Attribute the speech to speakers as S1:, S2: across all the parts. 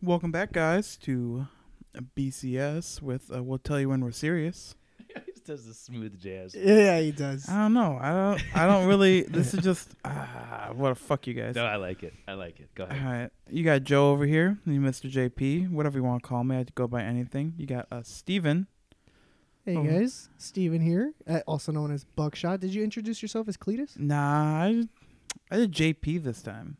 S1: Welcome back, guys, to BCS with uh, We'll Tell You When We're Serious.
S2: he always does the smooth jazz.
S3: Yeah, he does.
S1: I don't know. I don't. I don't really. This is just ah, what a fuck, you guys.
S2: No, I like it. I like it. Go
S1: All
S2: ahead.
S1: right, you got Joe over here, you Mr. JP, whatever you want to call me. I go by anything. You got uh, Steven.
S3: Hey
S1: Oh.
S3: guys, Steven here, uh, also known as Buckshot. Did you introduce yourself as Cletus?
S1: Nah, I, I did JP this time.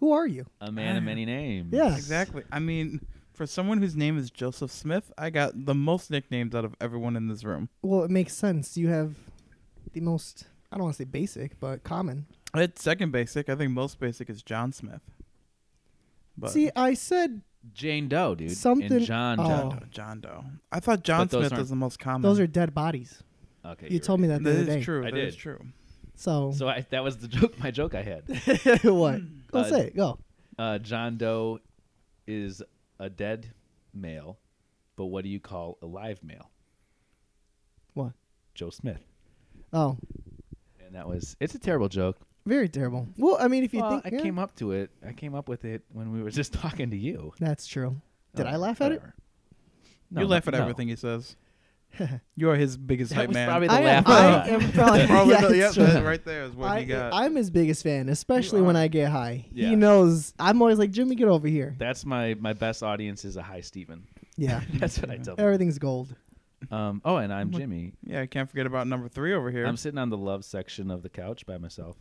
S3: Who are you?
S2: A man of many names.
S3: Uh, Yeah.
S1: Exactly. I mean, for someone whose name is Joseph Smith, I got the most nicknames out of everyone in this room.
S3: Well, it makes sense. You have the most, I don't want to say basic, but common.
S1: It's second basic. I think most basic is John Smith. But
S3: See, I said
S2: Jane Doe, dude.
S3: Something-
S2: And John
S1: John
S3: Oh.
S1: Doe. John Doe. I thought John
S2: But those
S1: Smith
S2: aren't-
S1: was the most common.
S3: those are dead bodies.
S2: Doe. Okay.
S3: you told me that the
S1: That is
S3: other day.
S1: true.
S2: I
S1: that is
S2: did.
S1: true.
S3: So,
S2: So I, that was the joke. My joke I had.
S3: what? Go
S2: Uh,
S3: say it. Go.
S2: Uh, John Doe is a dead male, but what do you call a live male?
S3: What?
S2: Joe Smith.
S3: Oh,
S2: And that was. It's a terrible joke.
S3: very terrible. Well, I mean, if you
S2: Well,
S3: think
S2: I came up to it. I came up with it when we were just talking to you.
S3: that's true. Did
S2: Oh,
S3: I laugh at it?
S2: whatever. No,
S1: you laugh at
S2: no.
S1: everything he says. You're his biggest
S2: That
S1: hype
S2: was
S1: man.
S2: probably the
S3: I am,
S2: laugh
S3: I
S2: out
S3: am
S2: loud.
S3: probably,
S1: Probably
S3: yeah,
S1: the-
S3: it's
S1: yep,
S3: true.
S1: that right there is what
S3: I,
S1: he got.
S3: I'm his biggest fan, especially
S1: You
S3: when
S1: are.
S3: I get high.
S2: Yeah.
S3: He knows. I'm always like, Jimmy, get over here.
S2: That's my my best audience is a high Steven.
S3: Yeah.
S2: That's what I tell them.
S3: Everything's gold.
S2: Um, oh, and I'm Jimmy.
S1: yeah, I can't forget about number three over here.
S2: I'm sitting on the love section of the couch by myself.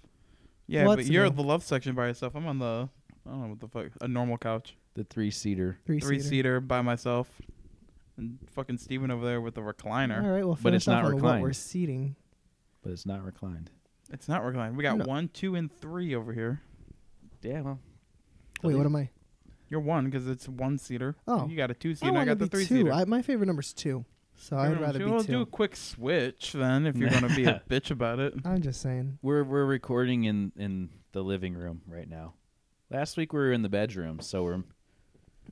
S1: yeah,
S3: What's
S1: but you're
S3: new?
S1: the love section by yourself. I'm on the I don't know what the fuck a normal couch,
S2: The three seater,
S3: Three,
S1: three
S3: seater.
S1: seater by myself, and fucking Steven over there with the recliner.
S3: All right, well,
S2: But it's
S3: finish off
S2: not
S3: on what we're
S2: reclined.
S3: seating.
S2: but it's not reclined.
S1: It's not reclined. We got
S3: No.
S1: one, two, and three over here.
S2: Yeah, well,
S3: Wait, what am I?
S1: You're one because it's one seater.
S3: Oh.
S1: you got a two
S3: I
S1: seater. I,
S3: wanna
S1: got the
S3: be
S1: three
S3: two.
S1: seater.
S3: I, my favorite number's two, so I'd rather be
S1: we'll
S3: two.
S1: do a quick switch then if you're gonna be a bitch about it.
S3: I'm just saying.
S2: we're we're recording in in the living room right now. Last week we were in the bedroom, so we're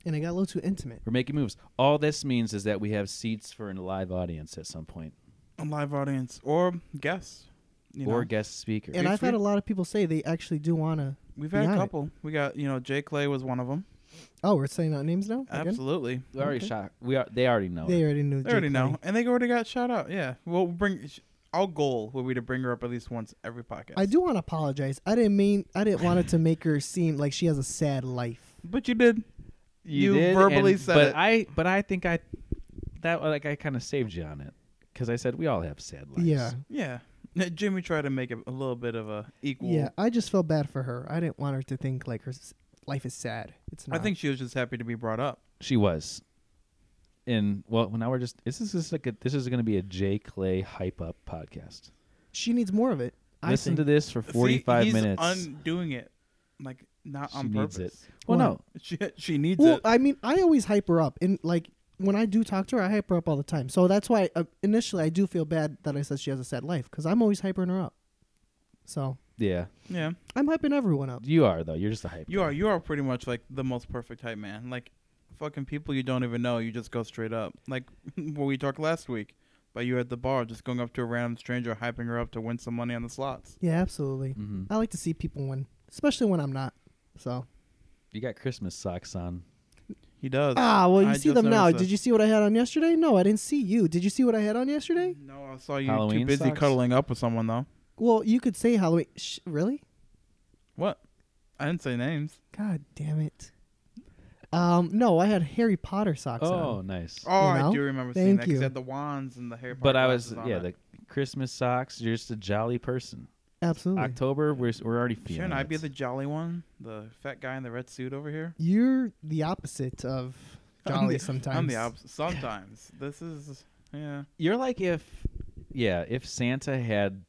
S3: And it got a little too intimate.
S2: we're making moves. All this means is that we have seats for a live audience at some point,
S1: A live audience or guests. You
S2: or
S1: know.
S2: guest speaker.
S3: And
S1: we-
S3: I've had
S1: we-
S3: a lot of people say they actually do want to.
S1: We've had a
S3: behind it.
S1: couple. We got you know Jay Clay was one of them.
S3: Oh, we're saying out names now. Again?
S1: Absolutely.
S2: we already
S3: Okay.
S2: shot. We are. They already know.
S3: They
S2: it.
S3: already knew.
S1: They already
S3: Jake
S1: know,
S3: Lane.
S1: and they already got shout out. Yeah, we'll bring. sh- Our goal will be to bring her up at least once every podcast.
S3: I do want to apologize. I didn't mean. I didn't want it to make her seem like she has a sad life.
S1: but you did. You
S2: did,
S1: verbally
S2: and-
S1: said
S2: but
S1: it.
S2: I but I think I that like I kind of saved you on it because I said we all have sad lives.
S3: Yeah.
S1: Yeah, Now, Jimmy tried to make it a little bit of a equal.
S3: Yeah. I just felt bad for her. I didn't want her to think like her s- life is sad. It's
S1: I
S3: not.
S1: think she was just happy to be brought up.
S2: She was. And well, now we're just this is just like a, this is going to be a Jay Clay hype up podcast.
S3: she needs more of it.
S2: Listen
S3: I think.
S2: to this for
S1: See,
S2: forty five
S1: he's
S2: minutes.
S1: Undoing it, like not
S2: She
S1: on
S2: needs
S1: purpose.
S2: it. well, no,
S1: She she needs
S3: Well,
S1: it.
S3: I mean, I always hype her up, and like when I do talk to her, I hype her up all the time. So that's why uh, initially I do feel bad that I said she has a sad life because I'm always hyping her up. So
S2: yeah,
S1: yeah,
S3: I'm hyping everyone up.
S2: you are though. You're just a hype.
S1: you are. You are pretty much like the most perfect type man. Like fucking people you don't even know, you just go straight up. Like what we talked last week, but you at the bar, just going up to a random stranger, hyping her up to win some money on the slots.
S3: Yeah, absolutely.
S2: hmm
S3: I like to see people win, especially when I'm not. So
S2: You got Christmas socks on.
S1: He does.
S3: ah, well, you
S1: I
S3: see
S1: just
S3: them now.
S1: noticed that.
S3: Did you see what I had on yesterday? No, I didn't see you. Did you see what I had on yesterday?
S1: No, I saw you too
S2: Halloween
S1: busy
S2: socks?
S1: cuddling up with someone though.
S3: Well, you could say Halloween. Sh- really?
S1: What? I didn't say names.
S3: God damn it. Um, no, I had Harry Potter socks
S2: Oh,
S3: on.
S2: nice.
S1: Oh,
S3: You
S1: I
S3: know?
S1: do remember seeing
S3: Thank
S1: that. 'cause
S3: you.
S1: They had the wands and the hair.
S2: But I was yeah, the Christmas socks. You're just a jolly person.
S3: Absolutely.
S2: October, we're s- we're already feeling.
S1: Shouldn't I
S2: it.
S1: be the jolly one, the fat guy in the red suit over here?
S3: You're the opposite of
S1: I'm
S3: jolly
S1: the-
S3: sometimes.
S1: I'm the opposite. Sometimes this is yeah.
S2: You're like if yeah, if Santa had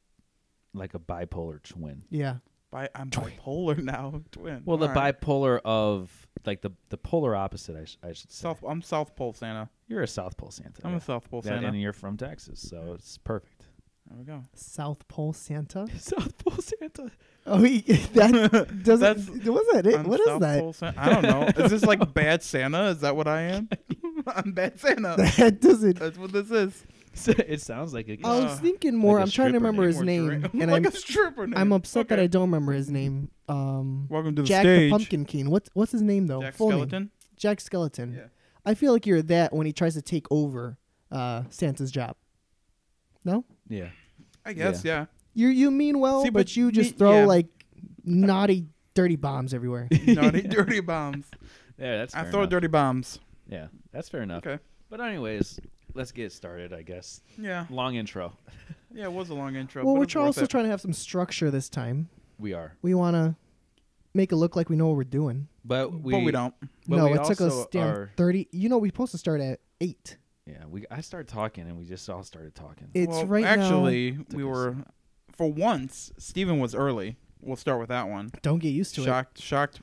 S2: like a bipolar twin.
S3: Yeah.
S1: Bi- I'm bipolar now, twin.
S2: Well, the
S1: All right.
S2: bipolar of like the the polar opposite. I, sh- I should say.
S1: South. I'm South Pole Santa.
S2: You're a South Pole Santa.
S1: I'm
S2: yeah.
S1: a South Pole
S2: That-
S1: Santa.
S2: and you're from Texas, so it's perfect.
S1: There we go.
S3: South Pole Santa.
S2: South Pole Santa.
S3: Oh, he, that
S1: That's-
S3: doesn't. What is that? It-
S1: I'm
S3: what is
S1: South
S3: that?
S1: Pole Santa. I don't know. Is this like bad Santa? Is that what I am? I'm bad Santa.
S3: That doesn't.
S1: That's what this is.
S2: it sounds like a
S3: I was
S1: Uh,
S3: thinking more.
S2: like a
S3: I'm trying to
S2: stripper
S3: remember
S2: name.
S3: his
S1: More
S3: name,
S1: dra-
S3: and
S1: like
S3: I'm
S1: a stripper. Name.
S3: I'm upset that
S1: Okay.
S3: I don't remember his name. Um,
S1: Welcome to the
S3: Jack
S1: stage.
S3: the Pumpkin King. What's what's his name though?
S1: Jack
S3: Full name.
S1: Skeleton.
S3: Jack Skeleton.
S1: Yeah.
S3: I feel like you're that when he tries to take over uh, Santa's job. No,
S2: Yeah.
S1: I guess, yeah.
S3: you you mean well,
S1: See,
S3: but,
S1: but
S3: you just
S1: me-
S3: throw
S1: yeah.
S3: like naughty, dirty bombs everywhere.
S1: Naughty, dirty bombs.
S2: Yeah, that's.
S1: I
S2: fair
S1: throw
S2: enough.
S1: dirty bombs.
S2: Yeah, that's fair enough.
S1: Okay.
S2: But anyways, let's get started. I guess.
S3: Uh.
S1: Yeah.
S2: Long intro.
S1: Yeah, it was a long intro.
S3: well,
S1: but
S3: we're
S1: it's
S3: try-
S1: worth
S3: also
S1: it.
S3: trying to have some structure this time.
S2: We are,
S3: We want to make it look like we know what we're doing.
S2: but we.
S1: but we don't.
S2: But
S3: no,
S2: we
S3: it took us
S2: also
S3: damn
S2: are-
S3: thirty. You know, we're supposed to start at eight.
S2: Yeah, we. I started talking, and we just all started talking.
S3: It's
S1: well,
S3: right now-
S1: Actually, we
S2: us-
S1: were, for once, Steven was early. We'll start with that one.
S3: Don't get used to
S1: Shocked, shocked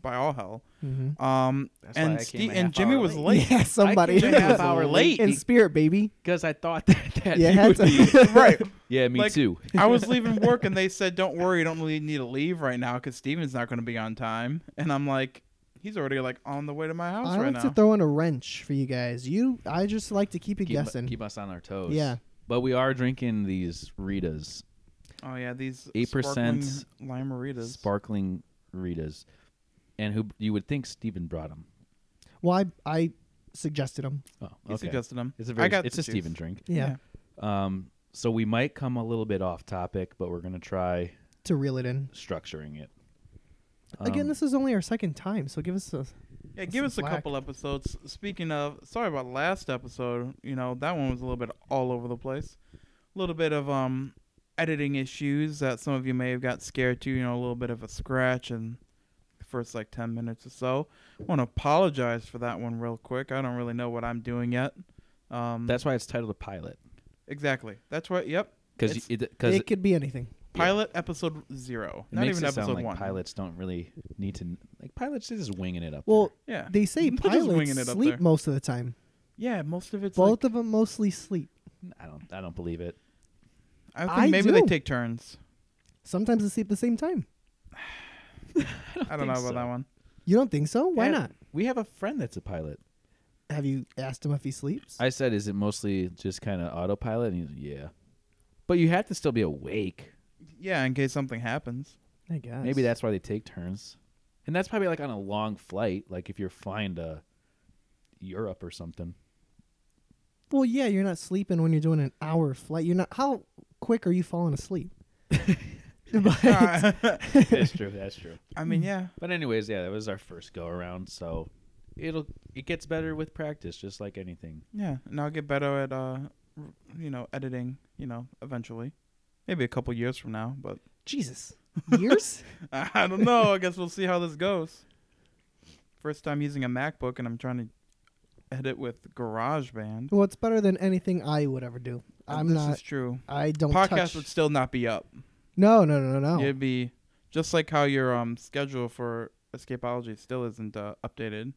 S1: by all hell.
S3: it. Mm-hmm.
S1: Um,
S2: That's why I
S1: and
S2: came
S1: Ste-
S2: a
S1: and
S2: half
S1: Jimmy
S2: hour
S1: was
S2: late.
S1: late.
S3: Yeah, somebody
S2: came a half hour late.
S3: in spirit, baby.
S2: because I thought that. that
S3: Yeah,
S2: you
S3: had
S2: would be-
S3: to.
S1: right.
S2: yeah, me
S1: Like-
S2: too.
S1: I was leaving work and they said, "Don't worry, you don't really need to leave right now because Steven's not going to be on time." And I'm like, "He's already like on the way to my house
S3: I
S1: right
S3: like
S1: now."
S3: to throw in a wrench for you guys. You, I just like to keep you
S2: Keep,
S3: guessing.
S2: keep us on our toes.
S3: Yeah.
S2: But we are drinking these Ritas,
S1: oh yeah, these sparkling
S2: 8%
S1: limeritas.
S2: sparkling Ritas, and who you would think Steven brought them.
S3: well, I, I suggested them.
S2: Oh,
S1: He
S2: okay.
S1: suggested them.
S2: It's a
S1: I
S2: very.
S1: got
S2: It's
S1: the
S2: a
S1: juice.
S2: Steven drink.
S3: Yeah,
S2: Um, so we might come a little bit off topic, but we're gonna try
S3: to reel it in.
S2: structuring it.
S3: Again,
S2: Um,
S3: this is only our second time, so give us a.
S1: Yeah, give
S3: some
S1: us a
S3: slack.
S1: couple episodes. Speaking of, sorry about last episode. You know that one was a little bit all over the place. A little bit of um editing issues that some of you may have got scared to. You know, a little bit of a scratch in the first like ten minutes or so. I want to apologize for that one real quick. I don't really know what I'm doing yet. Um,
S2: that's why it's titled a pilot
S1: exactly. That's right. Yep.
S2: because
S1: It's-
S2: it, 'cause
S3: It could be anything.
S1: Pilot episode zero.
S2: it
S1: Not
S2: makes
S1: even
S2: it
S1: episode
S2: sound like
S1: one.
S2: pilots don't really need to like pilots are just winging it up.
S3: Well,
S1: Yeah.
S3: they say
S1: They're just winging
S3: pilots
S1: it up
S3: sleep
S1: there.
S3: most of the time.
S1: Yeah. Most of it's like-
S3: Both of them mostly sleep.
S2: there. I don't I don't believe it.
S1: I think
S3: I
S1: maybe they
S3: do.
S1: take turns.
S3: Sometimes they sleep the same time.
S1: I don't know
S2: think
S1: about
S2: so.
S1: that one.
S3: You don't think so? Why
S2: Yeah.
S3: not?
S2: We have a friend that's a pilot.
S3: Have you asked him if he sleeps?
S2: I said, is it mostly just kind of autopilot? And he's yeah, but you have to still be awake.
S1: Yeah, in case something happens.
S3: I guess.
S2: Maybe that's why they take turns, and that's probably like on a long flight, like if you're flying to Europe or something.
S3: Well, yeah, you're not sleeping when you're doing an hour flight. You're not. How quick are you falling asleep? But-
S2: that's true. That's true.
S1: I mean, yeah.
S2: But anyways, yeah, that was our first go around, so it'll it gets better with practice, just like anything.
S1: Yeah, and I'll get better at uh, r- you know, editing. You know, eventually, maybe a couple years from now. But
S3: Jesus, years.
S1: I don't know. I guess we'll see how this goes. First time using a MacBook, and I'm trying to edit with GarageBand.
S3: Well, it's better than anything I would ever do. I'm
S1: Uh, this
S3: not.
S1: is true.
S3: I don't
S1: Podcast
S3: touch. Oh.
S1: would still not be up.
S3: no, no, no, no, no.
S1: It'd be just like how your um schedule for Escapology still isn't uh, updated.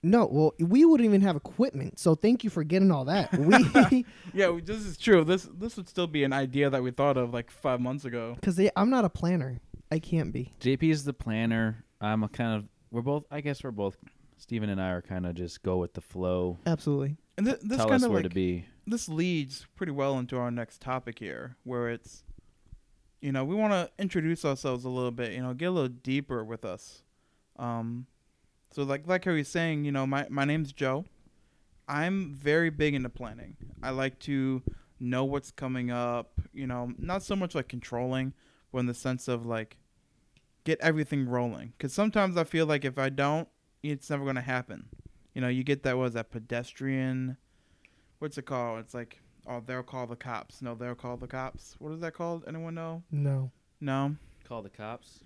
S3: No. Well, we wouldn't even have equipment. So thank you for getting all that. We,
S1: Yeah, we- this is true. This this would still be an idea that we thought of like five months ago.
S3: because I'm not a planner. I can't be.
S2: JP is the planner. I'm a kind of we're both. I guess we're both. Steven and I are kind of just go with the flow.
S3: Absolutely.
S1: And th- this
S2: Tell
S1: kind
S2: us
S1: of
S2: where
S1: like
S2: to be.
S1: this leads pretty well into our next topic here, where it's, you know, we want to introduce ourselves a little bit, you know, get a little deeper with us. Um, so like like how he's saying, you know, my my name's Joe. I'm very big into planning. I like to know what's coming up. You know, not so much like controlling, but in the sense of like, get everything rolling. Because sometimes I feel like if I don't, it's never gonna happen. You know, you get that was that pedestrian what's it called? It's like, oh, they'll call the cops. No, they'll call the cops. What is that called? Anyone know?
S3: No.
S1: No.
S2: Call the cops.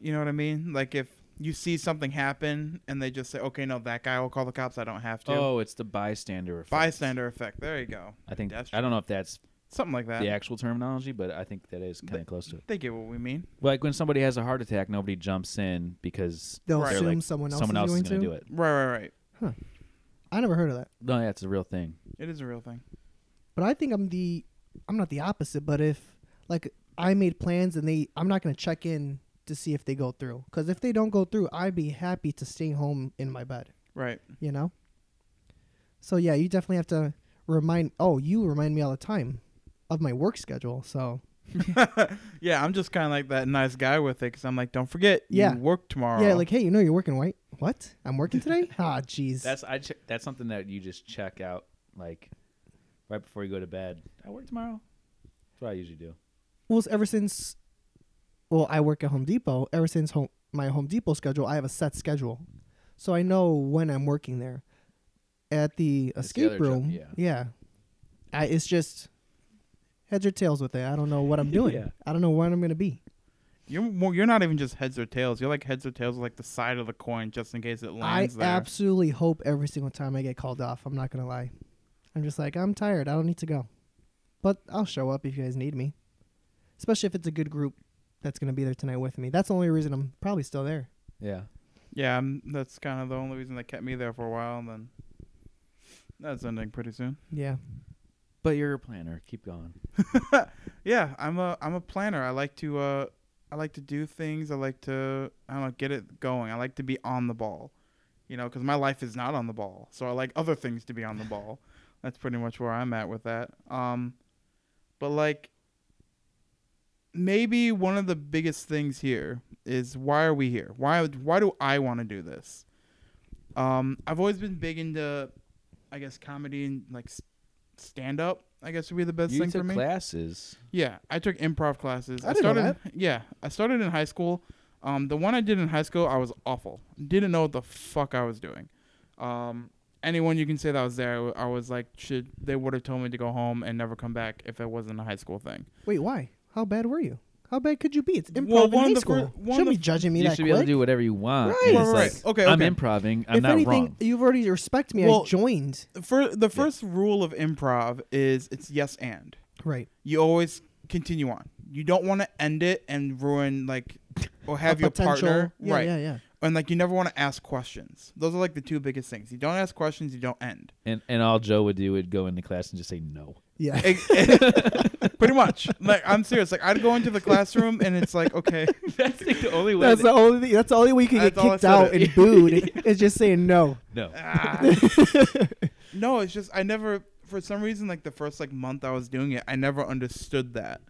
S1: You know what I mean? Like if you see something happen and they just say, okay, no, that guy will call the cops. I don't have to.
S2: Oh, it's the bystander effect.
S1: Bystander effect. There you go.
S2: I think
S1: That's
S2: I don't know if that's
S1: Something like that.
S2: the actual terminology, but I think that is kind of close to it.
S1: They get what we mean.
S2: Like when somebody has a heart attack, nobody jumps in because
S3: They'll
S1: Right.
S2: they're
S3: assume
S2: like,
S3: someone else
S2: someone
S3: is
S2: else
S3: going
S2: is going
S3: to.
S2: to do it.
S1: Right, right, right.
S3: I never heard of that.
S2: No, that's a real thing.
S1: It is a real thing.
S3: But I think I'm the. I'm not the opposite. But if like I made plans and they, I'm not gonna check in to see if they go through. Because if they don't go through, I'd be happy to stay home in my bed.
S1: Right.
S3: you know so yeah you definitely have to remind oh you remind me all the time of my work schedule so
S1: yeah, I'm just kind of like that nice guy with it because I'm like, don't forget,
S3: Yeah.
S1: you work tomorrow.
S3: yeah like hey you know you're working right what? I'm working today? ah, jeez.
S2: That's I. Che- that's something that you just check out like right before you go to bed. I work tomorrow. That's what I usually do.
S3: Well, it's ever since, well, I work at Home Depot. Ever since home, my Home Depot schedule, I have a set schedule, so I know when I'm working there. At the
S2: That's the
S3: escape
S2: other job,
S3: room,
S2: yeah.
S3: I, it's just heads or tails with it. I don't know what I'm doing.
S2: Yeah.
S3: I don't know when I'm gonna be.
S1: You're more, you're not even just heads or tails. You're like heads or tails, like the side of the coin, just in case it
S3: I
S1: lands there.
S3: absolutely hope every single time I get called off. I'm not gonna lie. I'm just like I'm tired. I don't need to go, but I'll show up if you guys need me, especially if it's a good group that's gonna be there tonight with me. That's the only reason I'm probably still there.
S2: Yeah.
S1: yeah, i that's kind of the only reason that kept me there for a while, and then that's ending pretty soon.
S3: Yeah.
S2: But you're a planner. Keep going.
S1: Yeah, I'm a I'm a planner. I like to uh I like to do things. I like to I don't know get it going. I like to be on the ball, you know, because my life is not on the ball. So I like other things to be on the ball. That's pretty much where I'm at with that. Um, but like maybe one of the biggest things here is why are we here? Why why do I want to do this? Um, I've always been big into, I guess, comedy and like stand up. I guess would be the best
S2: you
S1: thing
S2: took
S1: for me.
S2: classes.
S1: Yeah, I took improv classes.
S3: I didn't know
S1: started, Yeah, I started in high school. Um, the one I did in high school, I was awful. Didn't know what the fuck I was doing. Um, anyone you can say that was there, I was like, should they would have told me to go home and never come back if it wasn't a high school thing.
S3: Wait, why? How bad were you? How bad could you be? It's improv
S1: Well,
S3: in
S1: one
S3: high
S1: of the
S3: school.
S1: fir- one
S3: Shouldn't
S1: of
S3: be
S1: the-
S3: judging me
S2: you
S3: that
S2: should
S3: quick.
S2: be able to do whatever you want.
S3: Right.
S2: And
S1: Right,
S2: it's
S1: right,
S2: like,
S1: right. Okay,
S2: I'm
S1: okay.
S2: improving. I'm
S3: if
S2: not
S3: anything,
S2: wrong.
S3: you've already respect me.
S1: Well-
S3: I joined.
S1: The fir- the first rule of improv is it's yes and.
S3: Right.
S1: You always continue on. You don't want to end it and ruin like or have
S3: A
S1: your
S3: potential-
S1: partner
S3: Yeah,
S1: right
S3: yeah, yeah.
S1: and like you never want to ask questions. Those are like the two biggest things. You don't ask questions. You don't end.
S2: And and all Joe would do would go into class and just say no.
S3: Yeah.
S1: pretty much. Like I'm serious. Like I'd go into the classroom and it's like, okay,
S2: That's like the only way.
S3: that's the only. thing- That's the only way you can get
S1: That's all I
S3: kicked
S1: said
S3: out
S1: it.
S3: and booed. It's just saying no.
S2: no.
S1: ah. no, it's just I never, for some reason, like the first like month I was doing it, I never understood that.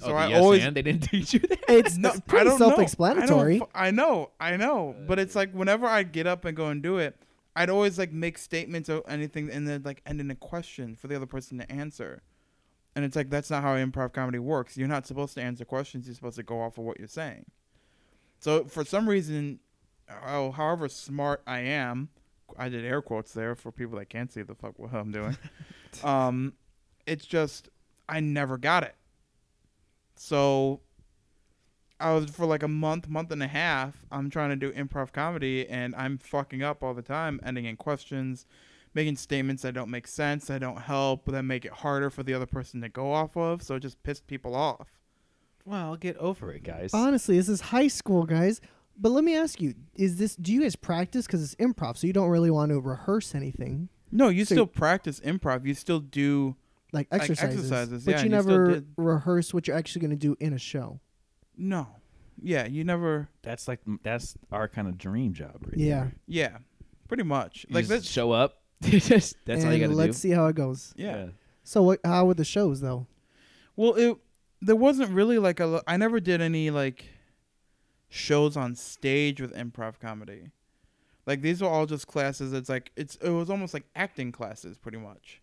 S1: So
S2: oh, the
S1: I
S2: yes
S1: always
S2: and they didn't teach you that.
S3: It's,
S1: no,
S3: it's
S1: I
S3: pretty
S1: don't know. I,
S3: self-explanatory.
S1: don't fu- I know, I know, but it's like whenever I'd get up and go and do it, I'd always like make statements or anything, and then like end in a question for the other person to answer. And it's like that's not how improv comedy works. You're not supposed to answer questions. You're supposed to go off of what you're saying. So for some reason, oh, however smart I am, I did air quotes there for people that can't see the fuck what I'm doing. um, it's just I never got it. So I was for like a month, month and a half. I'm trying to do improv comedy, and I'm fucking up all the time, ending in questions, making statements that don't make sense, that don't help, that make it harder for the other person to go off of. So it just pissed people off.
S2: Well, get over it, guys.
S3: Honestly, this is high school, guys. But let me ask you: Is this? Do you guys practice? Because it's improv, so you don't really want to rehearse anything
S1: No, you
S3: So-
S1: still practice improv. You still do.
S3: like
S1: Like
S3: exercises,
S1: exercises,
S3: but
S1: yeah,
S3: you
S1: and you still
S3: never
S1: did-
S3: rehearse what you're actually going to do in a show.
S1: No, yeah, you never.
S2: that's like that's our kind of dream job, right?
S3: Yeah.
S2: there.
S1: Yeah, pretty much.
S2: You
S1: like
S2: just
S1: this.
S2: show up. Just- that's all you
S3: And
S2: gotta
S3: let's
S2: do.
S3: see how it goes.
S1: yeah.
S3: So, what? How were the shows though?
S1: Well, it there wasn't really like a lo- I never did any like shows on stage with improv comedy. Like these were all just classes. It's like it's it was almost like acting classes pretty much.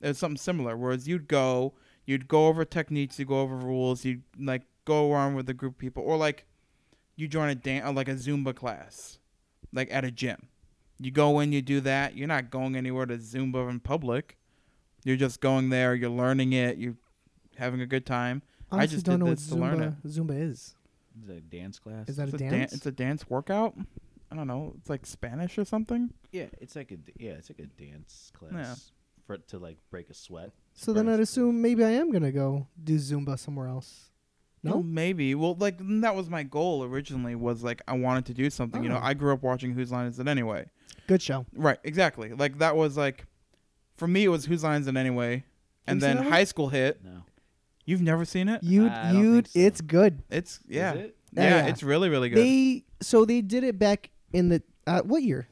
S1: It was something similar. Whereas you'd go, you'd go over techniques, you go over rules, you would like go around with a group of people, or like you join a dance like a Zumba class, like at a gym. You go in, you do that. You're not going anywhere to Zumba in public. You're just going there. You're learning it. You're having a good time. I
S3: Honestly,
S1: just
S3: don't
S1: did
S3: know
S1: this to
S3: what Zumba,
S1: learn
S3: Zumba is.
S2: It's a dance class.
S3: Is that
S1: It's
S3: a
S1: a, dan-
S3: dance?
S1: it's a dance workout. I don't know. It's like Spanish or something.
S2: yeah, it's like a d- yeah, it's like a dance class for it to like break a sweat.
S3: so then I'd
S2: Right.
S3: assume maybe I am gonna go do Zumba somewhere else. No?
S1: Well, maybe. Well, like that was my goal originally. Was like I wanted to do something. You know,
S3: Oh.
S1: I grew up watching Whose Line Is It Anyway.
S3: Good show.
S1: Right. Exactly. Like that was like, for me, it was Whose Line Is It Anyway.
S3: Have you
S1: And
S3: seen
S1: then
S3: that one?
S1: high school hit.
S2: No.
S1: You've never seen it?
S3: You,
S2: I don't
S3: you,
S2: think so.
S3: it's good.
S1: It's yeah,
S2: Is it?
S1: yeah,
S3: Yeah.
S1: It's really really good.
S3: They so they did it back in the uh, what year?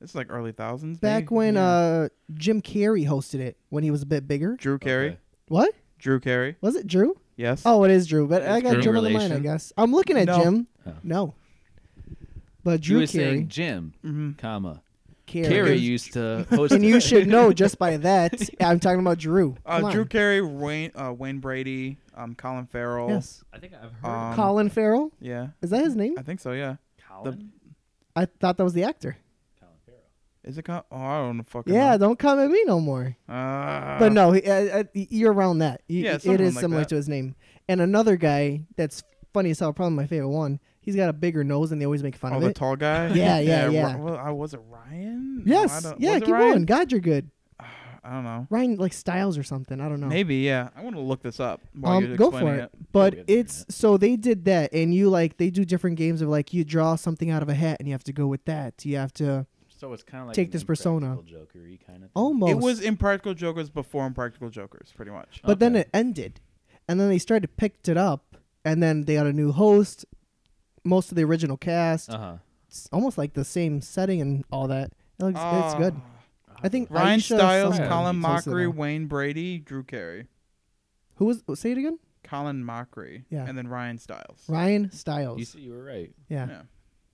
S1: it's like early thousands.
S3: Back
S1: maybe?
S3: when
S1: Yeah.
S3: uh Jim Carrey hosted it when he was a bit bigger.
S1: Drew Carey.
S2: Okay.
S3: What
S1: Drew Carey.
S3: was it, Drew?
S1: Yes.
S3: Oh, it is Drew. Oh. But I
S2: It's
S3: got
S2: Drew
S3: Jim on the mind. I
S2: relation.
S3: guess I'm looking at
S1: No.
S3: Jim.
S2: Oh.
S3: No. But
S2: Drew
S3: Drew
S2: is saying
S3: Carey,
S2: Jim,
S1: Mm-hmm.
S2: comma
S3: Carey,
S2: Carrie used to host.
S3: and you should know just by that. I'm talking about Drew. Come
S1: Uh,
S3: on.
S1: Drew Carey, Wayne, uh, Wayne Brady, um, Colin Farrell.
S3: Yes.
S2: I think I've heard
S1: Um,
S3: Colin Farrell
S1: Yeah,
S3: is that his name?
S1: I think so. Yeah.
S2: Colin.
S3: I thought that was the actor.
S2: Colin Farrell.
S1: Is it? Col- oh, I don't fucking.
S3: Yeah,
S1: Know.
S3: don't come at me no more.
S1: Uh,
S3: but no, he, uh, uh, you're around that. Y-
S1: Yeah,
S3: y- it
S1: something
S3: is
S1: like
S3: similar
S1: that.
S3: to his name. And another guy that's funny as hell, probably my favorite one. He's got a bigger nose, and they always make fun
S1: Oh,
S3: of
S1: the
S3: it.
S1: tall guy.
S3: Yeah, yeah, yeah.
S1: Ri- well, I was it Ryan. I
S3: yes,
S1: don't-
S3: yeah,
S1: was it
S3: keep
S1: Ryan?
S3: going. God, you're good.
S1: I don't know.
S3: Ryan like Styles or something. I don't know.
S1: Maybe yeah. I want to look this up while
S3: Um,
S1: you're
S3: go for
S1: explaining
S3: it.
S1: it.
S3: But
S2: Yeah, we had
S3: it's so they did that, and you like they do different games of like you draw something out of a hat, and you have to go with that. You have to
S2: So it's kind of like
S3: Take
S2: an
S3: this persona.
S2: Impractical Jokery kind of.
S3: almost.
S1: It was Impractical Jokers before Impractical Jokers, pretty much.
S3: but then
S2: Okay.
S3: it ended, and then they started to picked it up, and then they got a new host, most of the original cast,
S2: Uh huh.
S3: it's almost like the same setting and all that. It looks, it's
S1: Ah.
S3: good. I think
S1: Ryan
S3: Aisha
S1: Styles,
S3: something
S1: Colin
S3: close to
S1: Mockery,
S3: that.
S1: Wayne Brady, Drew Carey,
S3: Who was? Say it again.
S1: Colin Mockery,
S3: Yeah.
S1: and then Ryan Styles.
S3: Ryan
S2: You
S3: Styles.
S2: see, you were right.
S3: Yeah.
S1: Yeah.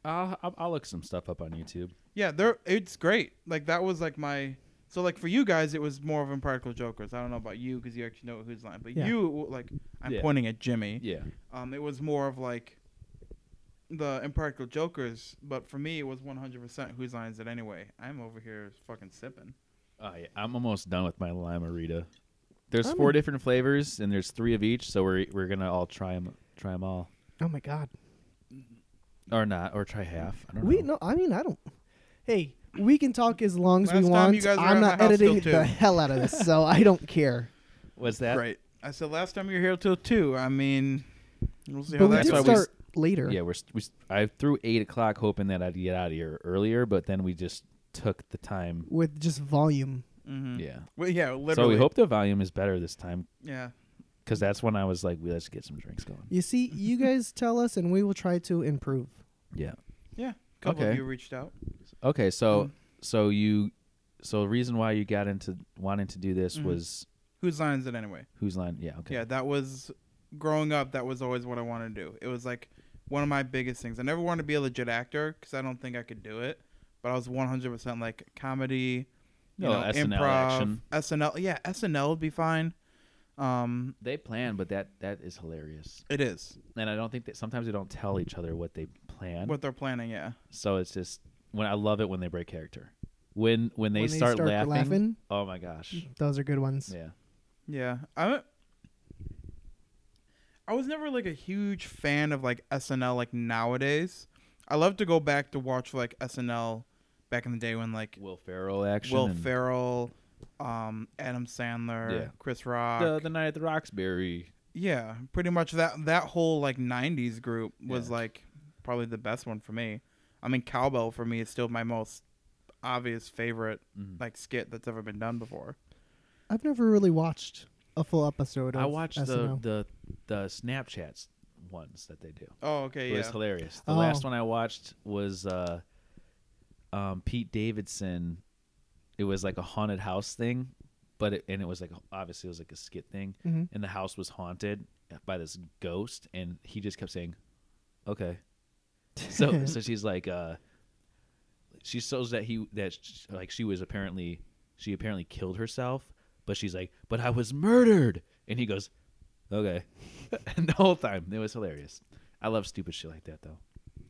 S2: I'll, I'll, I'll look some stuff up on YouTube.
S1: Yeah, they're it's great. Like that was like my so like for you guys it was more of Impractical Jokers. I don't know about you because you actually know who's line, but
S3: Yeah.
S1: you w- like I'm
S2: Yeah.
S1: pointing at Jimmy.
S2: Yeah.
S1: Um, it was more of like the Impractical Jokers, but for me it was 100% whose line is it anyway. I'm over here fucking sipping.
S2: Oh, yeah. I'm almost done with my limerita. There's
S3: I'm
S2: four
S3: in-
S2: different flavors, and there's three of each, so we're we're gonna all try them, try them all,
S3: Oh my God.
S2: or not, or try half. I don't
S3: We
S2: know.
S3: no. I mean, I don't. Hey, we can talk as long as
S1: Last
S3: we
S1: time
S3: want.
S1: you guys were
S3: I'm
S1: at my
S3: not
S1: house till
S3: editing
S1: two.
S3: the hell out of this, so I don't care.
S2: What's that?
S1: Right. I said last time you were here till 2. I mean, we'll see
S3: but
S1: how
S3: we
S1: that
S3: did
S1: goes.
S2: that's why we s-
S3: start later.
S2: Yeah, we're st- we. St- I threw eight o'clock, hoping that I'd get out of here earlier, but then we just took the time.
S3: with just volume.
S1: Mhm.
S2: Yeah.
S1: Well, yeah, literally.
S2: So we hope the volume is better this time,
S1: Yeah.
S2: because that's when I was like, we let's get some drinks going.
S3: You see, you guys tell us, and we will try to improve.
S2: Yeah.
S1: Yeah. couple
S2: Okay.
S1: of you reached out.
S2: Okay, so
S1: Mm.
S2: so you so the reason why you got into wanting to do this
S1: Mhm.
S2: was
S1: Whose line is it anyway?
S2: whose line? Yeah, okay.
S1: Yeah, that was growing up. That was always what I wanted to do. It was like one of my biggest things. I never wanted to be a legit actor because I don't think I could do it. But I was 100% like comedy, you
S2: No,
S1: know,
S2: SNL
S1: improv,
S2: action.
S1: SNL. Yeah, SNL would be fine. Um,
S2: They plan, but that that is hilarious.
S1: it is
S2: And I don't think that sometimes they don't tell each other what they plan.
S1: what they're planning. Yeah,
S2: So it's just when I love it when they break character. When when they,
S3: When they
S2: start,
S3: start
S2: laughing,
S3: laughing? Mm-hmm.
S2: Oh my gosh.
S3: Those are good ones.
S2: Yeah.
S1: yeah. I I was never like a huge fan of like SNL like nowadays. I love to go back to watch like SNL back in the day when like
S2: Will Ferrell action.
S1: Will
S2: and
S1: Ferrell, um, Adam Sandler,
S2: Yeah.
S1: Chris Rock.
S2: The, the night at the Roxbury.
S1: yeah, pretty much that that whole like '90s group was
S2: Yeah.
S1: like probably the best one for me. I mean, Cowbell for me is still my most obvious favorite
S2: Mhm.
S1: like skit that's ever been done before.
S3: I've never really watched a full episode. Of
S2: I watched the,
S3: SNL.
S2: the the Snapchats ones that they do.
S1: Oh, okay,
S2: It was
S1: yeah.
S2: hilarious. The
S3: Oh.
S2: last one I watched was uh, um, Pete Davidson. It was like a haunted house thing, but it, and it was like obviously it was like a skit thing,
S3: Mhm.
S2: and the house was haunted by this ghost, and he just kept saying, "Okay." So so she's like, uh, she shows that he that sh like she was apparently she apparently killed herself, but she's like, "But I was murdered," and he goes, "Okay," and the whole time it was hilarious. I love stupid shit like that though.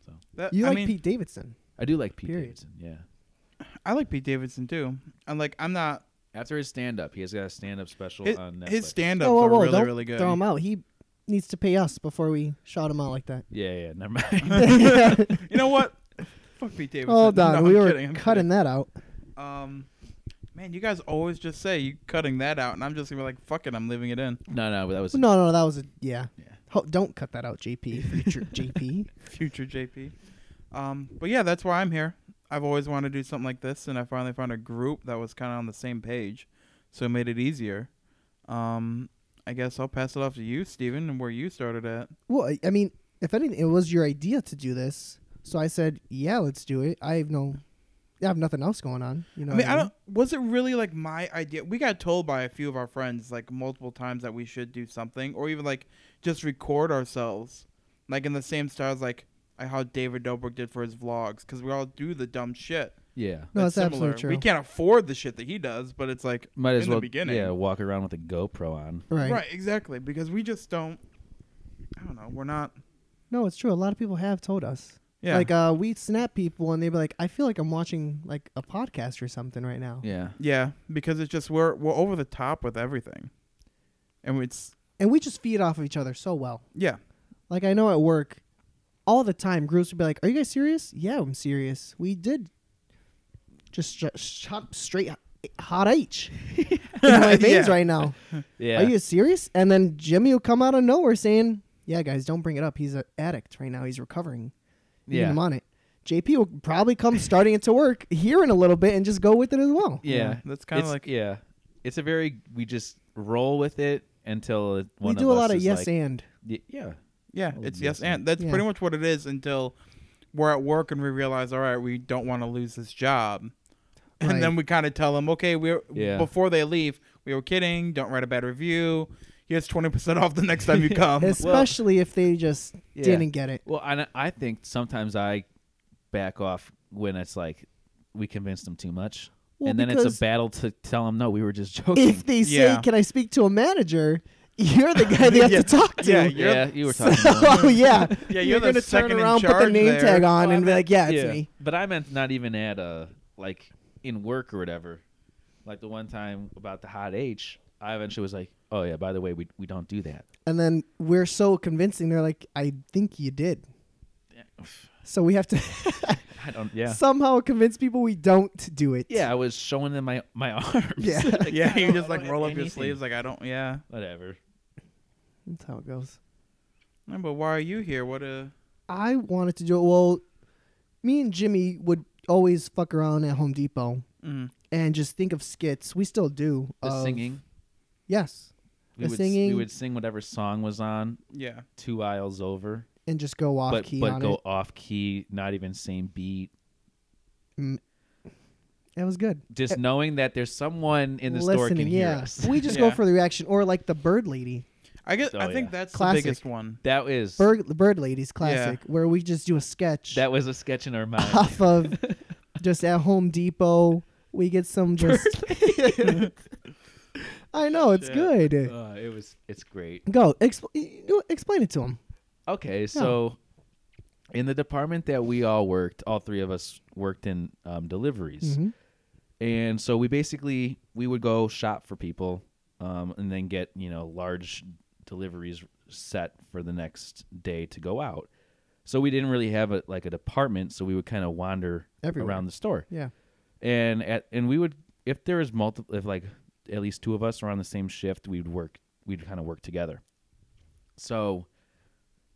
S2: So
S1: That-
S3: you
S1: I
S3: like
S1: mean,
S3: Pete Davidson.
S2: I do like Pete
S3: Period.
S2: Davidson. Yeah.
S1: I like Pete Davidson too. I'm like, I'm not
S2: After his stand up, he has got a stand up special
S1: his,
S2: on uh, Netflix.
S1: his stand-ups
S3: Oh, whoa, whoa,
S1: are really
S3: don't
S1: really good.
S3: throw him out. He needs to pay us before we shout him out like that.
S2: Yeah, yeah, never mind.
S3: Hold
S1: you know what? Fuck Pete Davidson.
S3: on,
S1: No, I'm
S3: we were
S1: kidding, I'm kidding.
S3: cutting that out.
S1: Um, man, you guys always just say you cutting that out, and I'm just gonna be like, fuck it, I'm leaving it in.
S2: no, no, but that was
S3: No, no, that was a yeah.
S2: Yeah.
S3: Ho- don't cut that out, JP. Future JP.
S1: Future JP. Um, but yeah, that's why I'm here. I've always wanted to do something like this, and I finally found a group that was kind of on the same page, so it made it easier. Um, I guess I'll pass it off to you, Steven, and where you started at.
S3: Well, I- I mean, if anything, it was your idea to do this, so I said, yeah, let's do it. I have no, I have nothing else going on. You know,
S1: I mean,
S3: what
S1: I don't. Was it really like my idea? We got told by a few of our friends like multiple times that we should do something, or even like just record ourselves, like in the same style as like uh, how David Dobrik did for his vlogs because we all do the dumb shit.
S2: Yeah.
S3: No, that's
S1: similar.
S3: absolutely true.
S1: We can't afford the shit that he does, but it's like
S2: Might as
S1: in
S2: well
S1: the beginning.
S2: yeah, walk around with a GoPro on.
S3: right.
S1: right. exactly. Because we just don't. I don't know. We're not.
S3: No, it's true. A lot of people have told us.
S1: Yeah.
S3: Like uh, we snap people and they'd be like, I feel like I'm watching like a podcast or something right now.
S2: Yeah.
S1: yeah. Because it's just we're we're over the top with everything, and it's
S3: And we just feed off of each other so well.
S1: yeah.
S3: Like I know at work, all the time groups would be like, "Are you guys serious?" Yeah, I'm serious. We did just sh- shot straight hot H in my veins
S1: Yeah.
S3: right now.
S2: Yeah.
S3: Are you serious? And then Jimmy will come out of nowhere saying, "Yeah, guys, don't bring it up. He's an addict right now. He's recovering. Leave
S2: Yeah.
S3: him on it." JP will probably come starting it to work, hearing a little bit, and just go with it as well.
S2: yeah.
S1: That's kinda
S2: It's-
S1: like-
S2: yeah. It's a very we just roll with it until it-
S3: We
S2: one
S3: do a
S2: of
S3: lot
S2: us
S3: of
S2: is
S3: yes
S2: like,
S3: and.
S2: y- yeah.
S1: Yeah,
S2: Oh,
S1: it's
S2: yes,
S1: yes, and that's
S3: yeah.
S1: pretty much what it is until we're at work and we realize, all right, we don't want to lose this job, and
S3: Right.
S1: then we kind of tell them, okay, we're
S2: Yeah.
S1: before they leave, we were kidding. Don't write a bad review. Here's twenty percent off the next time you come.
S3: Especially if they just
S2: "Um, Yeah.
S3: didn't get it.
S2: Well, and I- I think sometimes I back off when it's like we convinced them too much,
S3: Well,
S2: and then it's
S3: because-
S2: a battle to tell them no, we were just joking.
S3: if they say,
S1: Yeah.
S3: "Can I speak to a manager?" You're the guy they have
S1: Yeah.
S3: to talk to.
S1: Yeah, you're-
S2: yeah, you were
S3: So,
S2: talking. to them.
S3: yeah,
S1: Yeah, you're the
S3: gonna turn
S1: second in
S3: around, put the
S1: charge
S3: name
S1: there.
S3: tag on,
S2: Well,
S3: and be
S2: I
S3: like, "Yeah, it's
S2: yeah.
S3: me."
S2: But I meant not even at uh like in work or whatever. Like the one time about the hot H, I eventually was like, "Oh yeah, by the way, we we don't do that."
S3: And then we're so convincing. They're like, "I think you did." So we have to
S2: I don't. Yeah.
S3: somehow convince people we don't do it.
S2: yeah, I was showing them my my arms.
S3: Yeah.
S2: Like,
S1: yeah,
S2: I
S1: you
S2: don't-
S1: just
S2: I
S1: like
S2: don't
S1: roll
S2: have
S1: up your
S2: anything.
S1: sleeves, like I don't. Yeah,
S2: Whatever.
S3: that's how it goes.
S1: Yeah, but why are you here? What a
S3: I wanted to do it. Well, me and Jimmy would always fuck around at Home Depot
S1: mm,
S3: and just think of skits. We still do. Um,
S2: The
S3: of-
S2: singing.
S3: Yes,
S2: We
S3: the
S2: would, s-
S3: singing-
S2: We would sing whatever song was on
S1: yeah,
S2: two aisles over,
S3: and just go off
S2: but
S3: key
S2: but
S3: on
S2: go
S3: it.
S2: off key, not even same beat.
S3: It was good.
S2: Just knowing that there's someone in the store
S3: Uh, Listening,
S2: can hear
S3: yeah.
S2: us.
S3: We just go
S1: Yeah.
S3: for the reaction, or like the bird lady,
S1: I guess
S2: Oh,
S1: I think
S2: yeah.
S1: that's
S3: Classic.
S1: the biggest one.
S2: That is
S3: bird the bird ladies classic, where we just do a sketch
S2: that was a sketch in our mind.
S3: off of just at Home Depot. We get some just. I know it's
S1: Shit.
S3: good.
S2: Uh, it was it's great.
S3: Go expl- explain it to him.
S2: Okay, so in the department that we all worked, all three of us worked in um, deliveries,
S3: Mhm.
S2: and so we basically we would go shop for people, um, and then get you know large deliveries set for the next day to go out. So we didn't really have a, like a department, so we would kind of wander
S3: Everywhere.
S2: around the store.
S3: Yeah,
S2: and at, and we would if there was multiple if like at least two of us were on the same shift we'd work we'd kind of work together so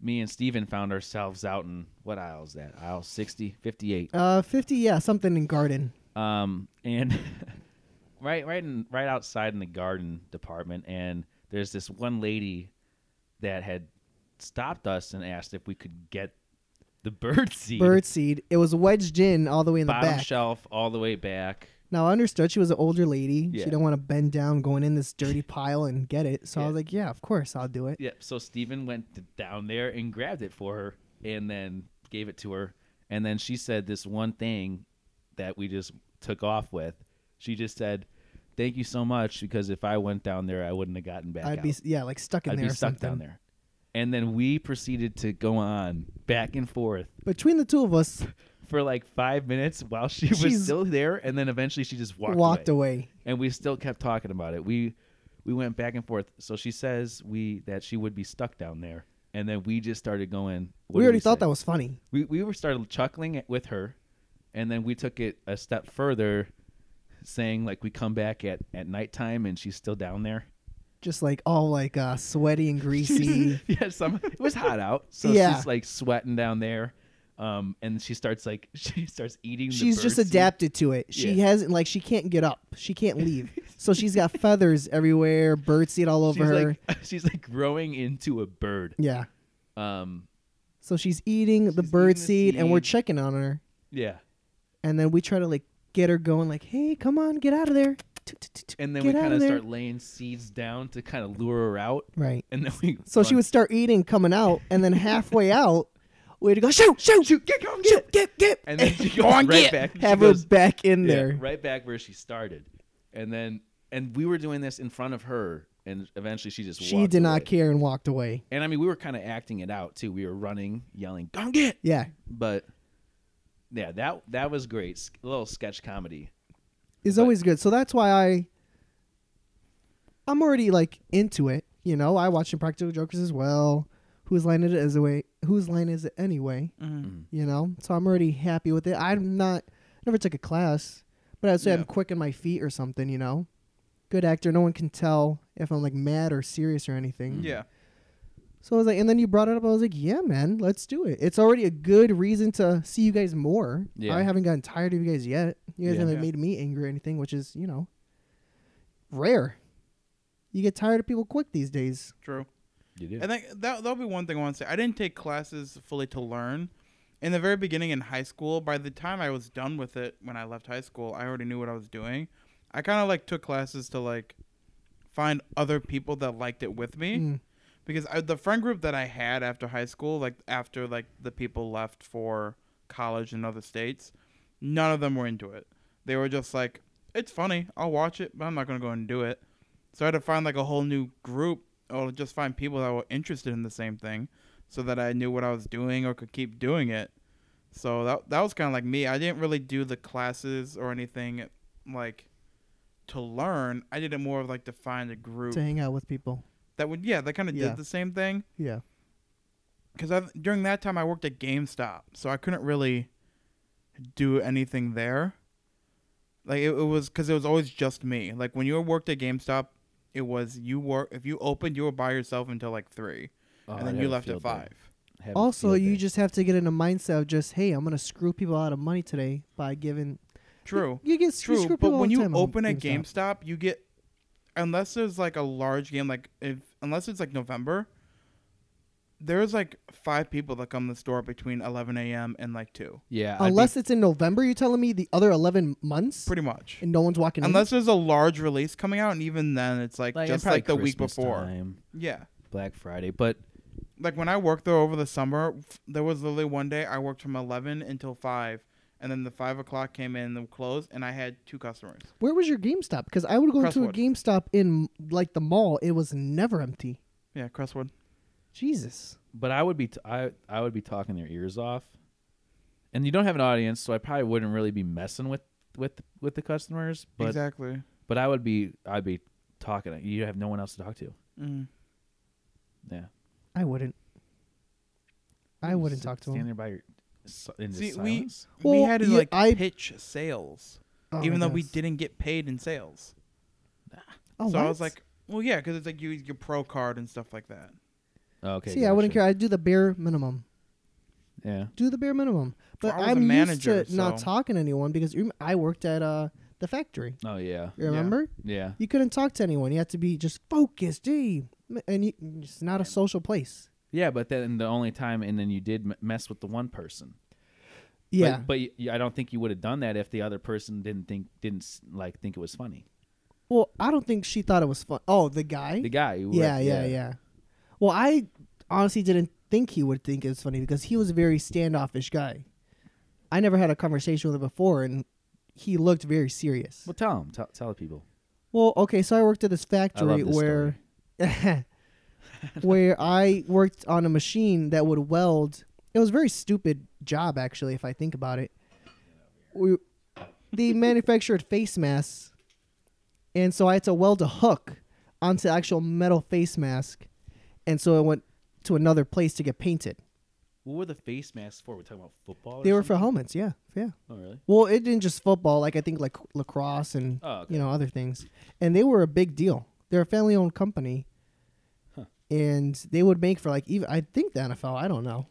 S2: me and steven found ourselves out in what aisle is that aisle 60 58
S3: uh, fifty. Yeah, something in garden.
S2: um and right right in right outside in the garden department and there's this one lady that had stopped us and asked if we could get the bird seed
S3: Bird seed. It was wedged in all the way in the
S2: bottom
S3: back.
S2: shelf all the way back
S3: Now I understood she was an older lady. She
S2: Yeah.
S3: didn't want to bend down going in this dirty pile and get it. So I
S2: Yeah.
S3: was like, yeah, of course I'll do it.
S2: Yeah, so Steven went d- down there and grabbed it for her and then gave it to her. And then she said this one thing that we just took off with. She just said, Thank you so much because if I went down there, I wouldn't have gotten back
S3: I'd
S2: out.
S3: be yeah, like stuck in
S2: I'd
S3: there
S2: be
S3: or
S2: stuck
S3: something.
S2: down there. And then we proceeded to go on back and forth
S3: Between the two of us,
S2: for like five minutes while she was
S3: She's-
S2: still there. And then eventually she just walked,
S3: walked, away.
S2: and we still kept talking about it. We we went back and forth. So she says we that she would be stuck down there, and then we just started going. what
S3: we
S2: did
S3: already thought
S2: say?
S3: that was funny.
S2: We we were started chuckling at, with her, and then we took it a step further, saying like we come back at at nighttime and she's still down there.
S3: Just like all like uh, sweaty and greasy.
S2: yeah, some it was hot out, so
S3: Yeah.
S2: she's like sweating down there. Um, and she starts like she starts eating. the
S3: she's just
S2: birdseed.
S3: adapted to it. She
S2: Yeah.
S3: hasn't like she can't get up. She can't leave. so she's got feathers everywhere, birdseed all over
S2: She's
S3: her.
S2: like she's like growing into a bird.
S3: yeah.
S2: Um,
S3: So she's eating the
S1: She's
S3: bird
S1: eating the
S3: seed, and we're
S1: seed.
S3: checking on her.
S2: yeah.
S3: And then we try to like get her going, like, "Hey, come on, get out of there!"
S2: and then
S3: Get
S2: we
S3: out
S2: kind
S3: of
S2: of
S3: there.
S2: start laying seeds down to kind of lure her out,
S3: Right.
S2: and then we.
S3: So she
S2: run.
S3: would start eating, coming out, and then halfway out, Way to go! Shoot! Shoot! Shoot! Get! Get! Shoot, get! Get!
S1: And then she
S2: Go
S1: goes
S2: on,
S1: right
S2: get.
S1: back.
S3: have
S2: she
S3: her
S2: goes-
S3: back in
S2: Yeah,
S3: there.
S2: right back where she started, and then and we were doing this in front of her, and eventually she just
S3: She
S2: walked
S3: did not
S2: away.
S3: care and walked away.
S2: And I mean, we were kind of acting it out too. We were running, yelling, "Don't get!"
S3: Yeah.
S2: But yeah, that that was great. S- A little sketch comedy.
S3: is
S2: But-
S3: always good. So that's why I I'm already like into it. You know, I watch Impractical Jokers as well. Whose line it is away whose line is it anyway?
S1: Mhm.
S2: Mm-hmm.
S3: You know? So I'm already happy with it. I'm not never took a class, but I'd say I'm
S1: Yeah.
S3: quick on my feet or something, you know. Good actor, no one can tell if I'm like mad or serious or anything.
S1: Yeah.
S3: So I was like and then you brought it up, I was like, Yeah, man, let's do it. It's already a good reason to see you guys more.
S2: Yeah.
S3: I haven't gotten tired of you guys yet. You guys
S2: Yeah.
S3: haven't
S1: Yeah.
S3: made me angry or anything, which is, you know, rare. You get tired of people quick these days.
S1: True.
S2: You did.
S1: And I, that that'll be one thing I want to say. I didn't take classes fully to learn. In the very beginning in high school, by the time I was done with it when I left high school, I already knew what I was doing. I kind of like took classes to like find other people that liked it with me
S3: Mm.
S1: because I, the friend group that I had after high school, like after like the people left for college in other states, none of them were into it. They were just like, "It's funny, I'll watch it, but I'm not gonna go and do it." So I had to find like a whole new group, or just find people that were interested in the same thing, so that I knew what I was doing or could keep doing it. So that that was kind of like me. I didn't really do the classes or anything like to learn. I did it more of like to find a group
S3: mm, To hang out with people.
S1: that would yeah that kind of
S3: Yeah.
S1: did the same thing
S3: Yeah.
S1: because I during that time I worked at GameStop, so I couldn't really do anything there. Like it, it was because it was always just me. Like when you worked at GameStop, it was you work if you opened you were by yourself until like three,
S2: Oh, I'd
S1: and then
S2: have
S1: you
S2: a
S1: left at
S2: field day.
S1: five.
S2: Have a
S3: Also,
S2: field
S3: you
S2: day.
S3: just have to get in a mindset of just, hey, I'm gonna screw people out of money today by giving
S1: True,
S3: You, get you
S1: true. But
S3: screw people
S1: when
S3: all the
S1: you
S3: time on
S1: open at GameStop,
S3: GameStop.
S1: you get unless there's like a large game, like if unless it's like November, there's like five people that come to the store between eleven a.m. and like two,
S2: yeah. I'd be-
S3: Unless it's in November, you're telling me the other eleven months
S1: pretty much.
S3: and no one's walking in?
S1: Unless there's a large release coming out, and even then, it's Mm-hmm. like,
S2: and
S1: just
S2: probably
S1: like the week
S2: Christmas
S1: before.
S2: time,
S1: Yeah,
S2: Black Friday, but
S1: like when I worked there over the summer, f- there was literally one day I worked from eleven until five, and then the five o'clock came in and closed, and I had two customers.
S3: Where was your GameStop? Because I would go into a
S1: Crestwood.
S3: GameStop in like the mall. It was never empty.
S1: Yeah, Crestwood.
S3: Jesus.
S2: but I would be t- I I would be talking their ears off, and you don't have an audience, so I probably wouldn't really be messing with with with the customers. But
S1: exactly.
S2: but I would be I'd be talking. You have no one else to talk to.
S1: Mm.
S2: Yeah,
S3: I wouldn't. I wouldn't
S2: Sit-
S3: talk to
S2: stand
S3: him.
S2: there by your si- in the
S1: See, we-
S2: silence.
S1: we
S3: Well,
S1: had to
S3: yeah,
S1: like
S3: I-
S1: pitch sales,
S3: Oh,
S1: even
S3: my
S1: though we
S3: goodness.
S1: didn't get paid in sales.
S3: Oh,
S1: so I was
S3: what?
S1: like, well, yeah, because it's like you your pro card and stuff like that.
S2: Oh, okay.
S3: see, I wouldn't care.
S2: gotcha.
S3: I'd do the bare minimum.
S2: Yeah.
S3: Do the bare minimum. But
S1: I was a
S3: I'm
S1: manager,
S3: used to not
S1: so-
S3: talking to anyone because you rem- I worked at uh the factory.
S2: Oh yeah.
S3: You remember?
S2: Yeah.
S3: You couldn't talk to anyone. You had to be just focused, gee. M- and you, it's not a social place.
S2: Yeah, but then the only time, and then you did m- mess with the one person. But-
S3: Yeah.
S2: But, y y- I don't think you would have done that if the other person didn't think didn't s- like think it was funny.
S3: well, I don't think she thought it was fun. Oh, the guy.
S2: The guy. who-
S3: yeah, yeah, yeah. Well, I honestly didn't think he would think it was funny because he was a very standoffish guy. I never had a conversation with him before, and he looked very serious.
S2: Well, tell him. Tell, tell the people.
S3: Well, okay, so I worked at this
S2: I love
S3: factory
S2: this
S3: where, where I worked on a machine that would weld. It was a very stupid job, actually, if I think about it. We, they manufactured face masks, and so I had to weld a hook onto actual metal face mask, and so it went to another place to get painted.
S2: What were the face masks for? We're talking about football. or
S3: They were for
S2: something?
S3: helmets, yeah, yeah.
S2: Oh really?
S3: Well, it didn't just football. Like I think like lacrosse and
S2: Oh, okay.
S3: you know other things. And they were a big deal. They're a family owned company,
S2: Huh.
S3: and they would make for like even I think the NFL. I don't know.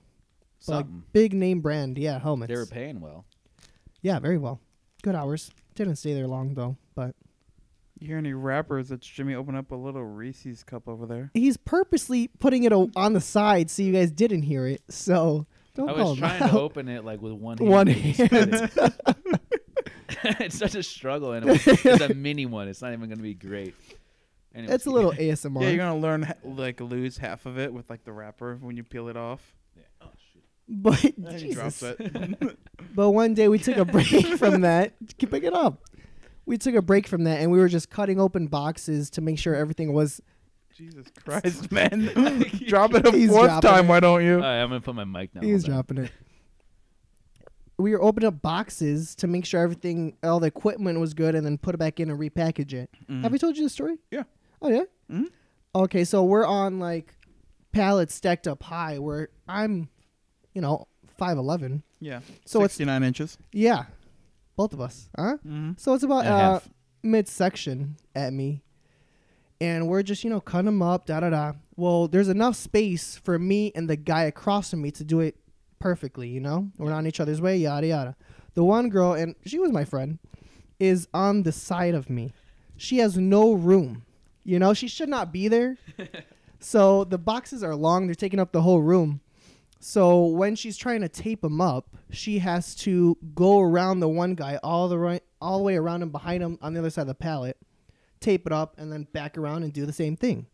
S3: But, like
S2: Something.
S3: big name brand, yeah, helmets.
S2: They were paying well.
S3: yeah, very well. Good hours. Didn't stay there long though, but
S1: You hear any rappers? That's Jimmy open up a little Reese's cup over there.
S3: he's purposely putting it o- on the side so you guys didn't hear it. So don't
S2: I
S3: call
S2: was
S3: him
S2: trying
S3: out.
S2: to open it like with one hand.
S3: One
S2: but you
S3: hand.
S2: split it. it's such a struggle, and it was- it's a mini one. It's not even going to be great. Anyways,
S3: That's a little ASMR.
S1: Yeah, you're gonna learn h- like lose half of it with like the wrapper when you peel it off.
S2: Yeah. Oh, shoot.
S3: But
S2: I
S1: He drops
S3: Jesus.
S1: it.
S3: But one day we took a break from that. Keep Pick it up. We took a break from that, and we were just cutting open boxes to make sure everything was.
S1: Jesus Christ, man! Drop it a
S3: He's
S1: fourth
S3: dropping
S1: time.
S3: it.
S1: Why don't
S2: All
S1: you?
S2: right, I'm gonna put my mic down.
S3: He was
S2: Hold on.
S3: dropping it. We were opening up boxes to make sure everything, all the equipment was good, and then put it back in and repackage it. Have we told you the story?
S1: Yeah.
S3: Oh yeah.
S1: Mhm.
S3: Okay, so we're on like pallets stacked up high. Where I'm, you know, five eleven.
S1: yeah.
S3: So it's
S1: sixty-nine inches.
S3: yeah, both of us, huh?
S1: Mm-hmm.
S3: So it's about
S2: And a
S3: uh,
S2: half.
S3: midsection at me, and we're just you know cutting them up, da da da. Well, there's enough space for me and the guy across from me to do it perfectly. You know, we're not in each other's way, yada yada. The one girl, and she was my friend, is on the side of me. She has no room. You know, she should not be there. so the boxes are long; they're taking up the whole room. So when she's trying to tape him up, she has to go around the one guy all the right, all the way around him, behind him on the other side of the pallet, tape it up, and then back around and do the same thing.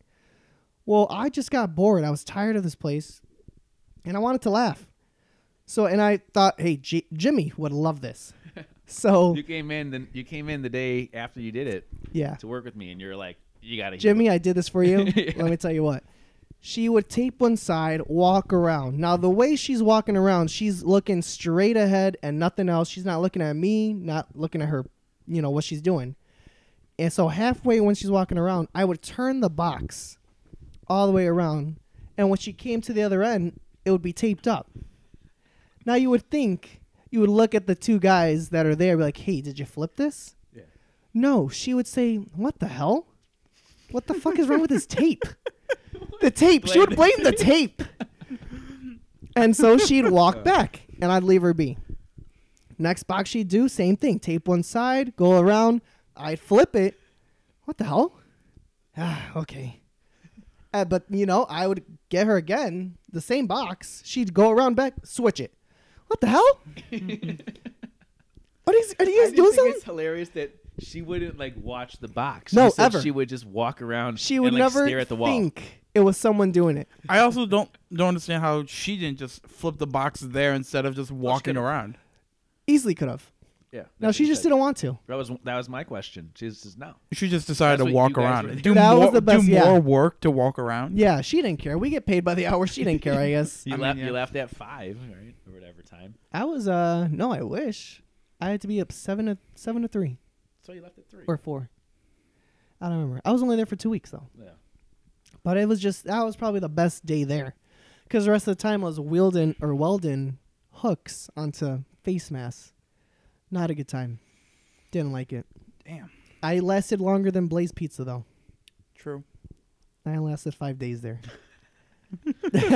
S3: Well, I just got bored. I was tired of this place, and I wanted to laugh. So and I thought, hey, J- Jimmy would love this. So
S2: You came in the you came in the day after you did it
S3: yeah,
S2: to work with me, and you're like, you gotta hear
S3: Jimmy, I did this for you.
S2: Yeah.
S3: Let me tell you what. She would tape one side, walk around. Now the way she's walking around, she's looking straight ahead and nothing else. She's not looking at me, not looking at her, you know what she's doing. And so halfway when she's walking around, I would turn the box all the way around, and when she came to the other end, it would be taped up. Now you would think you would look at the two guys that are there, be like, "Hey, did you flip this?"
S2: Yeah.
S3: No, she would say, "What the hell? What the fuck is wrong with this tape? The tape." She would blame the tape. And so she'd walk back, and I'd leave her be. Next box she'd do, same thing. Tape one side, go around. I'd flip it. What the hell? Ah, okay. Uh, but you know, I would get her again, the same box. She'd go around back, switch it. What the hell? what is? Are you guys
S2: I just
S3: doing
S2: think
S3: something?
S2: It's hilarious that she wouldn't like watch the box.
S3: No,
S2: she said
S3: ever.
S2: She would just walk around.
S3: She would
S2: and, like,
S3: never
S2: stare at the wall.
S3: think it was someone doing it.
S1: I also don't don't understand how she didn't just flip the box there instead of just walking
S2: could've.
S1: around.
S3: Easily could have.
S2: Yeah.
S3: No,
S2: that's
S3: she
S2: what
S3: just
S2: said.
S3: didn't want to.
S2: That was that was my question. She just says no.
S1: She just decided
S2: That's
S1: to
S2: what
S1: walk
S2: you guys
S1: around.
S2: were
S1: and Do
S2: thinking.
S3: That was
S1: more,
S3: the best-
S1: do
S3: yeah.
S1: more work to walk around.
S3: Yeah, she didn't care. We get paid by the hour. She didn't care. I guess.
S2: You,
S1: I
S2: left,
S1: mean,
S2: you
S1: yeah.
S2: left at five, right, or whatever time.
S3: I was uh no, I wish I had to be up seven to seven to three
S2: So you left at three.
S3: or four. I don't remember. I was only there for two weeks though.
S2: yeah.
S3: But it was just that was probably the best day there, because the rest of the time I was wielding or welding hooks onto face masks. Not a good time. Didn't like it.
S1: Damn.
S3: I lasted longer than Blaze Pizza though.
S1: True.
S3: I lasted five days there.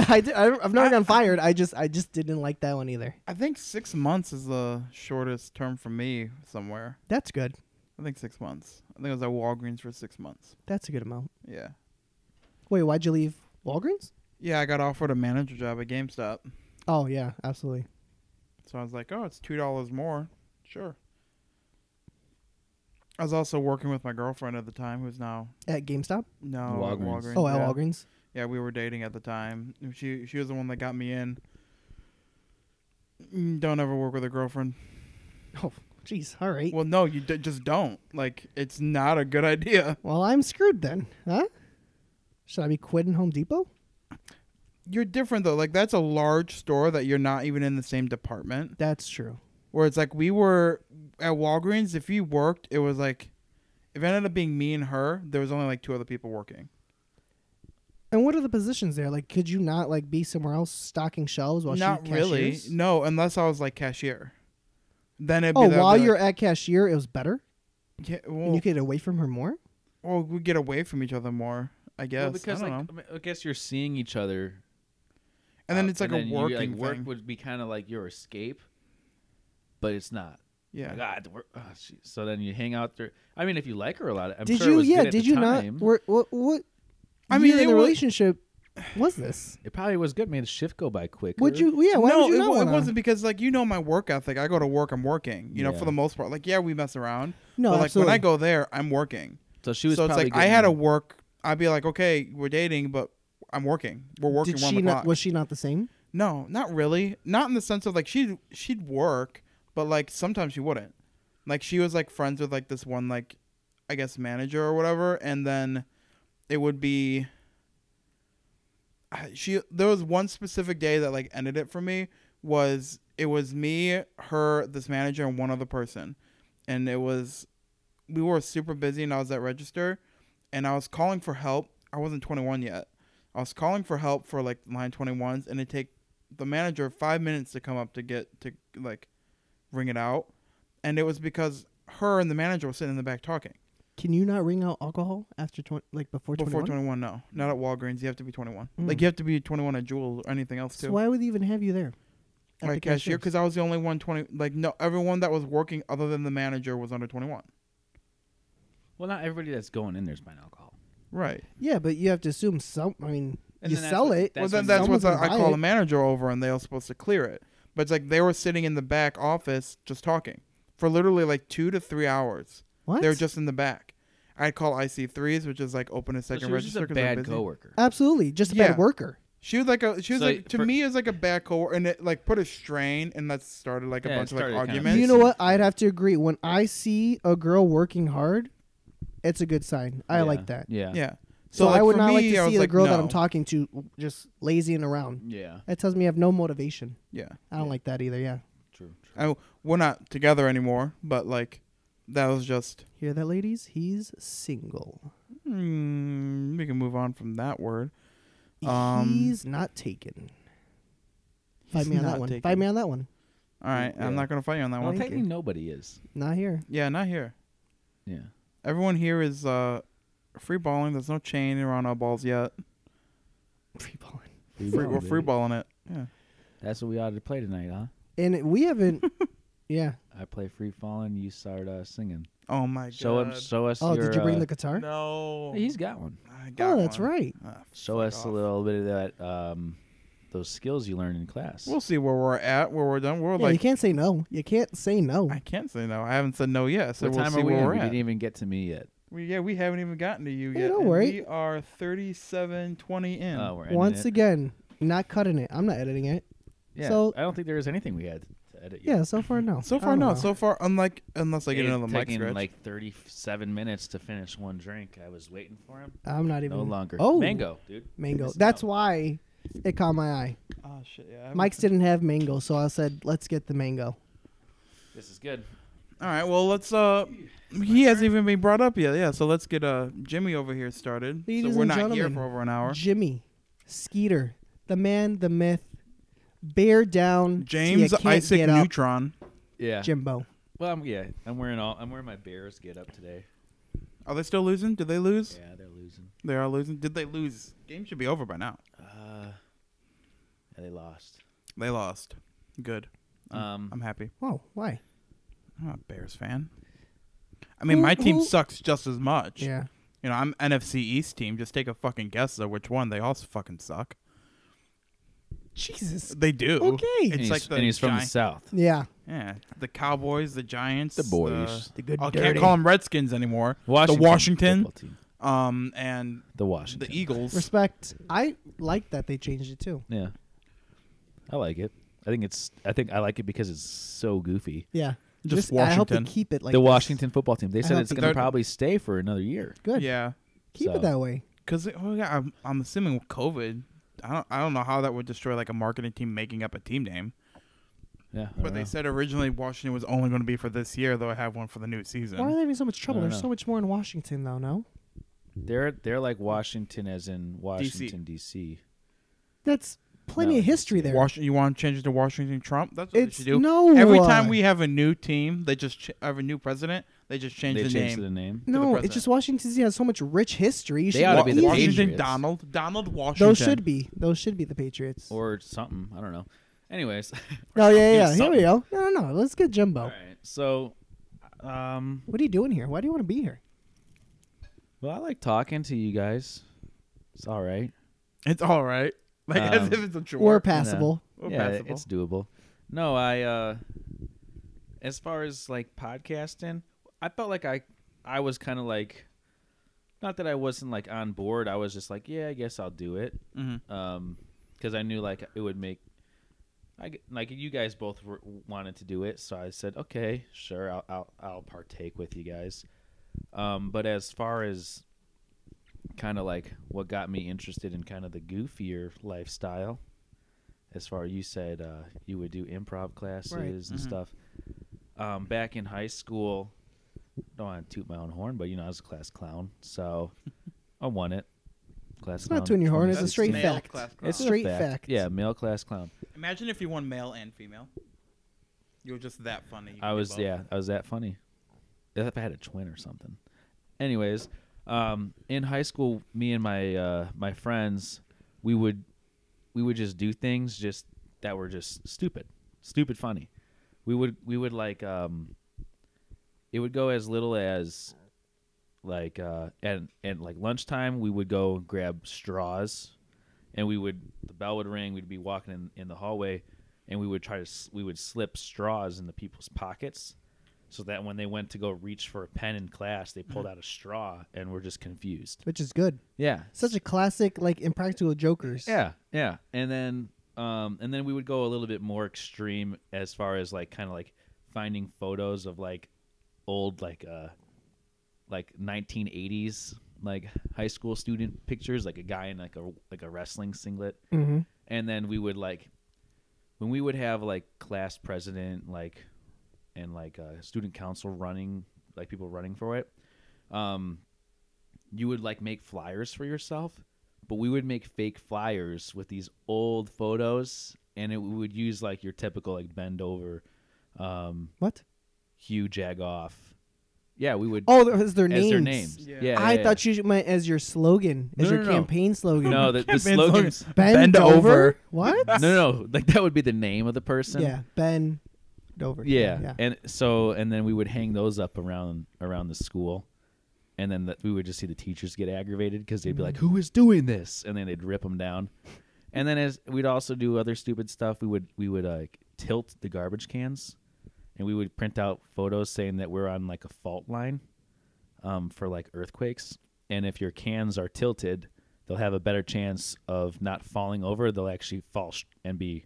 S3: I did, I, I've never gotten fired. I just I just didn't like that one either.
S1: I think six months is the shortest term for me somewhere.
S3: That's good.
S1: I think six months. I think I was at Walgreens for six months.
S3: That's a good amount.
S1: Yeah.
S3: Wait, why'd you leave Walgreens?
S1: Yeah, I got offered a manager job at GameStop.
S3: Oh yeah, absolutely.
S1: So I was like, oh, it's two dollars more. Sure. I was also working with my girlfriend at the time, who's now
S3: At GameStop?
S1: no at
S2: Walgreens.
S1: Walgreens.
S3: Oh, at
S1: yeah.
S3: Walgreens.
S1: Yeah, we were dating at the time. She she was the one that got me in. Mm, Don't ever work with a girlfriend.
S3: Oh, jeez. All right. Well,
S1: Well, no, you d- just don't. Like, it's not a good idea.
S3: I'm screwed then, huh? Should I be quitting Home Depot?
S1: You're different though. Like, that's a large store that you're not even in the same department.
S3: That's true.
S1: where it's like we were at Walgreens. If you worked, it was like if it ended up being me and her, there was only like two other people working.
S3: And what are the positions there? Like, could you not like be somewhere else stocking shelves while
S1: Not
S3: she
S1: really.
S3: cashiers?
S1: No, unless I was like cashier. Then it'd be
S3: Oh,
S1: that-
S3: while
S1: be like-
S3: you're at cashier, it was better,
S1: yeah,
S3: and
S1: well,
S3: you could get away from her more.
S1: well, we get away from each other more, I guess.
S2: well, because
S1: I don't
S2: like
S1: know.
S2: I, mean, I guess you're seeing each other,
S1: And then
S2: uh,
S1: it's like a
S2: you-
S1: working
S2: like, work
S1: thing.
S2: would be kind of like your escape, but it's not.
S1: yeah.
S2: Like, ah, I had to work. ah, shit. so then you hang out there. I mean, if you like her a lot, I'm
S3: did
S2: sure
S3: you?
S2: It was
S3: yeah.
S2: good at
S3: Did
S2: the
S3: you
S2: time.
S3: not? Were, what? What?
S1: I mean,
S3: year in
S1: it
S3: the
S1: wa-
S3: relationship was this?
S2: It probably was good. Made the shift go by quick.
S3: Would you? Yeah. Why
S1: no,
S3: would you
S1: it,
S3: not
S1: wa- it
S3: wanna-
S1: wasn't because like you know my work ethic. I go to work, I'm working. You know,
S2: Yeah.
S1: for the most part. Like yeah, we mess around.
S3: No,
S1: but like
S3: absolutely.
S1: when I go there, I'm working.
S2: So she was.
S1: so it's
S2: probably
S1: like I had to
S2: getting-
S1: work. I'd be like, okay, we're dating, but I'm working. We're working.
S3: Did
S1: we're on
S3: she
S1: the
S3: not?
S1: clock.
S3: Was she not the same?
S1: No, not really. Not in the sense of like she she'd work, but like sometimes she wouldn't. Like she was like friends with like this one like I guess manager or whatever, and then it would be I- she there was one specific day that like ended it for me was it was me, her, this manager and one other person. And it was we were super busy and I was at register and I was calling for help. I wasn't 21 yet. I was calling for help for like line 21s and it take the manager 5 minutes to come up to get to like ring it out. And it was because her and the manager were sitting in the back talking.
S3: Can you not ring out alcohol after twenty, like before
S1: Before
S3: twenty?
S1: 21, no. Not at Walgreens. You have to be 21.
S3: Mm.
S1: Like you have to be 21 at Jewel or anything else
S3: So
S1: too.
S3: why would they even have you there? at
S1: my
S3: the
S1: cashier
S3: cashiers?
S1: because I was the only one 20 like no everyone that was working other than the manager was under 21.
S2: Well, not everybody that's going in there's buying alcohol.
S1: Right.
S3: Yeah, but you have to assume some. I mean,
S2: And
S3: you
S2: then that's
S3: sell
S2: what-
S3: it.
S2: That's
S1: well,
S2: when
S1: then that's what
S3: someone's
S1: the, I
S3: gonna buy
S1: call
S3: it.
S1: the manager over, and they were supposed to clear it. But it's like they were sitting in the back office just talking for literally like two to three hours.
S3: What?
S1: They were just in the back. I'd call IC threes, which is like open a
S2: So
S1: second
S2: she was
S1: register.
S2: just a
S1: 'cause they're
S2: bad
S1: busy. Ah,
S2: coworker.
S3: absolutely just a
S1: Yeah.
S3: bad worker.
S1: She was like a she was
S2: So
S1: like to
S2: for-
S1: me is like a bad coworker, and it like put a strain, and that started like a
S2: Yeah, it
S1: bunch of like
S2: started kind of-
S1: arguments.
S2: Yes.
S3: You know what? I'd have to agree. When I see a girl working hard, it's a good sign. I
S2: Yeah.
S3: like that.
S2: Yeah.
S1: Yeah.
S3: So,
S1: like,
S3: I would
S1: for
S3: not like
S1: me, I
S3: to
S1: was
S3: see the girl that
S1: no.
S3: I'm talking to just lazying around.
S2: Yeah.
S3: That tells me I have no motivation.
S1: Yeah.
S3: I don't
S2: Yeah.
S3: like that either. Yeah.
S2: True.
S1: I,
S2: true.
S1: we're not together anymore, but like that was just.
S3: Hear that, ladies? He's single.
S1: Mm, we can move on from that word. Um,
S3: he's not taken. Fight
S1: He's
S3: me on that
S1: not
S3: one. Fight
S1: taken.
S3: me on that one.
S1: All right,
S2: Yeah.
S1: I'm not gonna fight you on that
S2: well,
S1: one.
S3: Thank
S2: technically,
S3: you.
S2: nobody is.
S3: Not here.
S1: Yeah, not here.
S2: Yeah.
S1: Everyone here is uh, free balling. There's no chain around our balls yet.
S3: Free balling.
S1: Free, we're free balling it. Yeah.
S2: That's what we ought to play tonight, huh?
S3: And we haven't. yeah.
S2: I play free falling. You start uh, singing.
S1: Oh my god.
S2: Show him. Show us.
S3: Oh,
S2: your,
S3: did you bring
S2: uh,
S3: the guitar?
S1: No.
S2: He's got one.
S1: I got
S3: oh, that's
S1: one.
S3: right.
S1: Ah,
S2: Show
S1: fuck
S2: us a
S1: off.
S2: little bit of that. Um, those skills you learned in class.
S1: We'll see where we're at. Where we're done. We're
S3: Yeah, you
S1: like.
S3: can't say no. You can't say no.
S1: I can't say no. I haven't said no yet. So
S2: what
S1: we'll
S2: time
S1: see
S2: are we
S1: where
S2: in?
S1: we're
S2: We
S1: at.
S2: didn't even get to me yet.
S1: We, yeah, we haven't even gotten to you
S3: Hey,
S1: yet.
S3: don't
S1: and
S3: worry.
S1: We are 37.20 in.
S2: Oh, we're ending
S3: Once
S2: it.
S3: again, not cutting it. I'm not editing it.
S2: Yeah,
S3: so-
S2: I don't think there is anything we had to edit. Yet.
S3: Yeah, so far no.
S1: So
S3: I
S1: far,
S3: don't
S1: no.
S3: know.
S1: So far, unlike unless I get
S2: It
S1: another mic
S2: taking
S1: scratch.
S2: like thirty-seven minutes to finish one drink. I was waiting for him.
S3: I'm not even
S2: No longer.
S3: Oh,
S2: mango, dude.
S3: Mango.
S2: Missing
S3: That's
S2: out.
S3: why it caught my eye.
S1: oh shit! Yeah. I haven't
S3: Mike's
S1: said-
S3: didn't have mango, so I said, "Let's get the mango."
S2: This is good.
S1: All right. Well, let's. Uh, he hasn't even been brought up yet. Yeah. So let's get uh Jimmy over here started.
S3: Ladies
S1: so we're
S3: and
S1: not here
S3: gentlemen.
S1: for over an hour.
S3: Jimmy, Skeeter, the man, the myth, bear down. till you
S1: James
S3: can't
S1: Isaac
S3: get up,
S1: Neutron.
S2: Yeah.
S3: Jimbo.
S2: Well, I'm, yeah, I'm wearing all. I'm wearing my Bears get up today.
S1: Are they still losing? Did they lose?
S2: Yeah, they're losing.
S1: They are losing. Did they lose? Game should be over by now.
S2: Uh, yeah, they lost.
S1: They lost. Good.
S2: Um,
S1: I'm happy.
S3: Wow, why?
S1: I'm not a Bears fan. I mean,
S3: Who-
S1: my team
S3: who-
S1: sucks just as much.
S3: Yeah,
S1: You know, I'm NFC East team. Just take a fucking guess at which one. They all fucking suck.
S3: Jesus.
S1: They do.
S3: Okay.
S1: It's
S2: and he's,
S1: like the
S2: and he's from the
S1: Gi-
S2: south.
S3: Yeah,
S1: Yeah, the Cowboys, the Giants, uh, oh,
S2: The boys.
S3: the good
S1: I can't
S3: dirty.
S1: call them Redskins anymore. the Washington,
S2: football team.
S1: um, and
S2: The Washington.
S1: the Eagles.
S3: Respect. I like that they changed it too.
S2: Yeah, I like it. I think it's. I think I like it because it's so goofy.
S3: Yeah,
S1: Just
S3: I hope they
S1: Washington.
S3: keep it like
S2: the
S3: this.
S2: Washington football team. They
S3: hope
S2: said it's
S3: they-
S2: going
S1: They're-
S2: to probably stay for another year.
S3: Good.
S1: Yeah,
S3: Keep
S2: So-
S3: it that way.
S1: because oh yeah, I'm, I'm assuming with COVID, I don't I don't know how that would destroy like a marketing team making up a team name.
S2: Yeah, I
S1: But
S2: don't
S1: they
S2: know.
S1: said originally Washington was only going to be for this year, though I have one for the new season.
S3: Why are they having so much trouble?
S2: don't
S3: There's
S2: know.
S3: so much more in Washington though. No,
S2: they're they're like Washington, as in Washington D.C.
S3: that's plenty
S2: No,
S3: of history
S2: it's-
S3: there.
S1: Wash- you want to change it to Washington Trump? That's what
S3: it's
S1: they should do.
S3: no.
S1: Every
S3: uh,
S1: time we have a new team, they just ch- have a new president. They just change
S2: They
S1: the
S2: changed
S1: name.
S2: the name.
S1: the
S3: no, it's
S1: president.
S3: just Washington D.C. has so much rich history. You
S2: They
S3: should
S2: oughta
S1: Wa-
S2: be the
S1: Washington
S2: Patriots.
S1: Donald Donald Washington.
S3: Those should be. Those should be the Patriots.
S2: or something. I don't know. Anyways,
S3: oh yeah, yeah. yeah. Here
S2: something.
S3: we go. No, no, no. Let's get Jumbo.
S2: all right. So, um,
S3: What are you doing here? Why do you want to be here?
S2: well, I like talking to you guys. It's all right.
S1: It's all right. Like as
S2: Um,
S1: if it's a chore.
S3: We're passable.
S1: Or
S2: yeah,
S1: passable.
S2: it's doable. No, I uh as far as like podcasting, I felt like I I was kind of like not that I wasn't like on board. I was just like, yeah, I guess I'll do it.
S1: Mhm.
S2: Um cuz I knew like it would make I g- like you guys both were, wanted to do it, so I said, "Okay, sure, I'll I'll, I'll partake with you guys." Um, but as far as kind of like what got me interested in kind of the goofier lifestyle, as far you said uh, you would do improv classes and
S3: mm-hmm.
S1: Mhm.
S2: stuff. Um, back in high school, don't want to toot my own horn, but you know I was a class clown, so I won it. Class
S3: It's
S2: clown.
S3: not tooting your horn, it's a
S1: That's
S2: 2016.
S3: straight
S1: male
S3: fact.
S1: class
S2: It's a
S1: clown.
S3: straight fact.
S2: Yeah, male class clown.
S1: Imagine if you won male and female. You were just that funny. You could
S2: I
S1: do
S2: was
S1: both.
S2: yeah, I was that funny. If I had a twin or something. Anyways, um, in high school, me and my uh, my friends, we would we would just do things just that were just stupid, stupid funny. We would we would like um, it would go as little as like uh, and and like lunchtime we would go grab straws, and we would the bell would ring. We'd be walking in, in the hallway, and we would try to s- we would slip straws in the people's pockets so that when they went to go reach for a pen in class they pulled out a straw and were just confused
S3: Which is good.
S2: yeah
S3: Such a classic, like impractical jokers.
S2: yeah yeah and then um and then we would go a little bit more extreme as far as like kind of like finding photos of like old like uh like 1980s like high school student pictures like a guy in like a like a wrestling singlet
S3: Mm-hmm.
S2: and then we would like when we would have like class president like and like uh, student council running like people running for it um you would like make flyers for yourself but we would make fake flyers with these old photos and it, we would use like your typical like bend over um
S3: What?
S2: hugh jagoff yeah we would
S3: Oh, that was their
S2: as
S3: names.
S2: their names yeah,
S1: Yeah.
S3: I
S2: yeah,
S3: thought you meant as your slogan, as
S2: No,
S3: your
S2: no, no.
S3: campaign slogan.
S2: no the, the
S1: Can't bend over.
S2: slogans
S3: bend,
S1: Bend
S3: over.
S1: over.
S3: What?
S2: no no like that would be the name of the person
S3: Yeah, bend over.
S2: Yeah.
S3: yeah.
S2: and so and then we would hang those up around around the school, and then the, we would just see the teachers get aggravated because they'd be like, "Who is doing this?" And then they'd rip them down. And then as we'd also do other stupid stuff, we would we would like tilt the garbage cans, and we would print out photos saying that we're on like a fault line, um, for like earthquakes. And if your cans are tilted, they'll have a better chance of not falling over. They'll actually fall sh- and be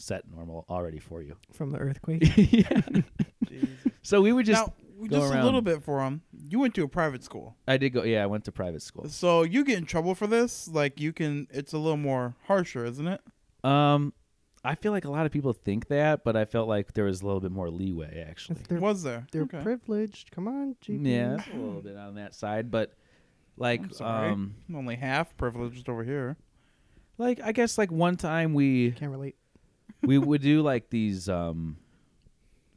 S2: set normal already for you.
S3: From the earthquake.
S2: yeah.
S1: Jesus.
S2: So we would just.
S1: now, w-
S2: go
S1: just a
S2: around.
S1: little bit for him. You went to a private school,
S2: I did go. Yeah, I went to private school.
S1: so you get in trouble for this. Like you can, it's a little more harsher, isn't it?
S2: Um, I feel like a lot of people think that, but I felt like there was a little bit more leeway actually.
S3: they're
S1: Was there?
S3: they're
S1: okay.
S3: privileged. Come on, GP.
S2: Yeah, it's a little bit on that side, but like,
S1: I'm sorry.
S2: um,
S1: I'm only half privileged over here.
S2: like I guess like one time we
S3: Can't relate.
S2: we would do like these um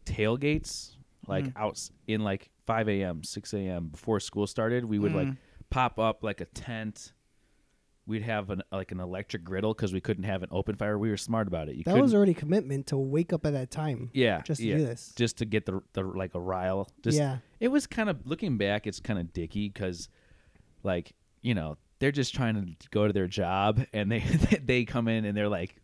S2: tailgates like
S1: Mm-hmm.
S2: out in like 5 a.m 6 a.m before school started we would like
S1: Mm.
S2: pop up like a tent we'd have an like an electric griddle because we couldn't have an open fire we were smart about it you
S3: That
S2: couldn't,
S3: was already commitment to wake up at that time.
S2: yeah
S3: Just to
S2: yeah,
S3: do this.
S2: just to get the, the like a rile just
S3: yeah.
S2: it was kind of looking back it's kind of dicky because like you know they're just trying to go to their job and they they come in and they're like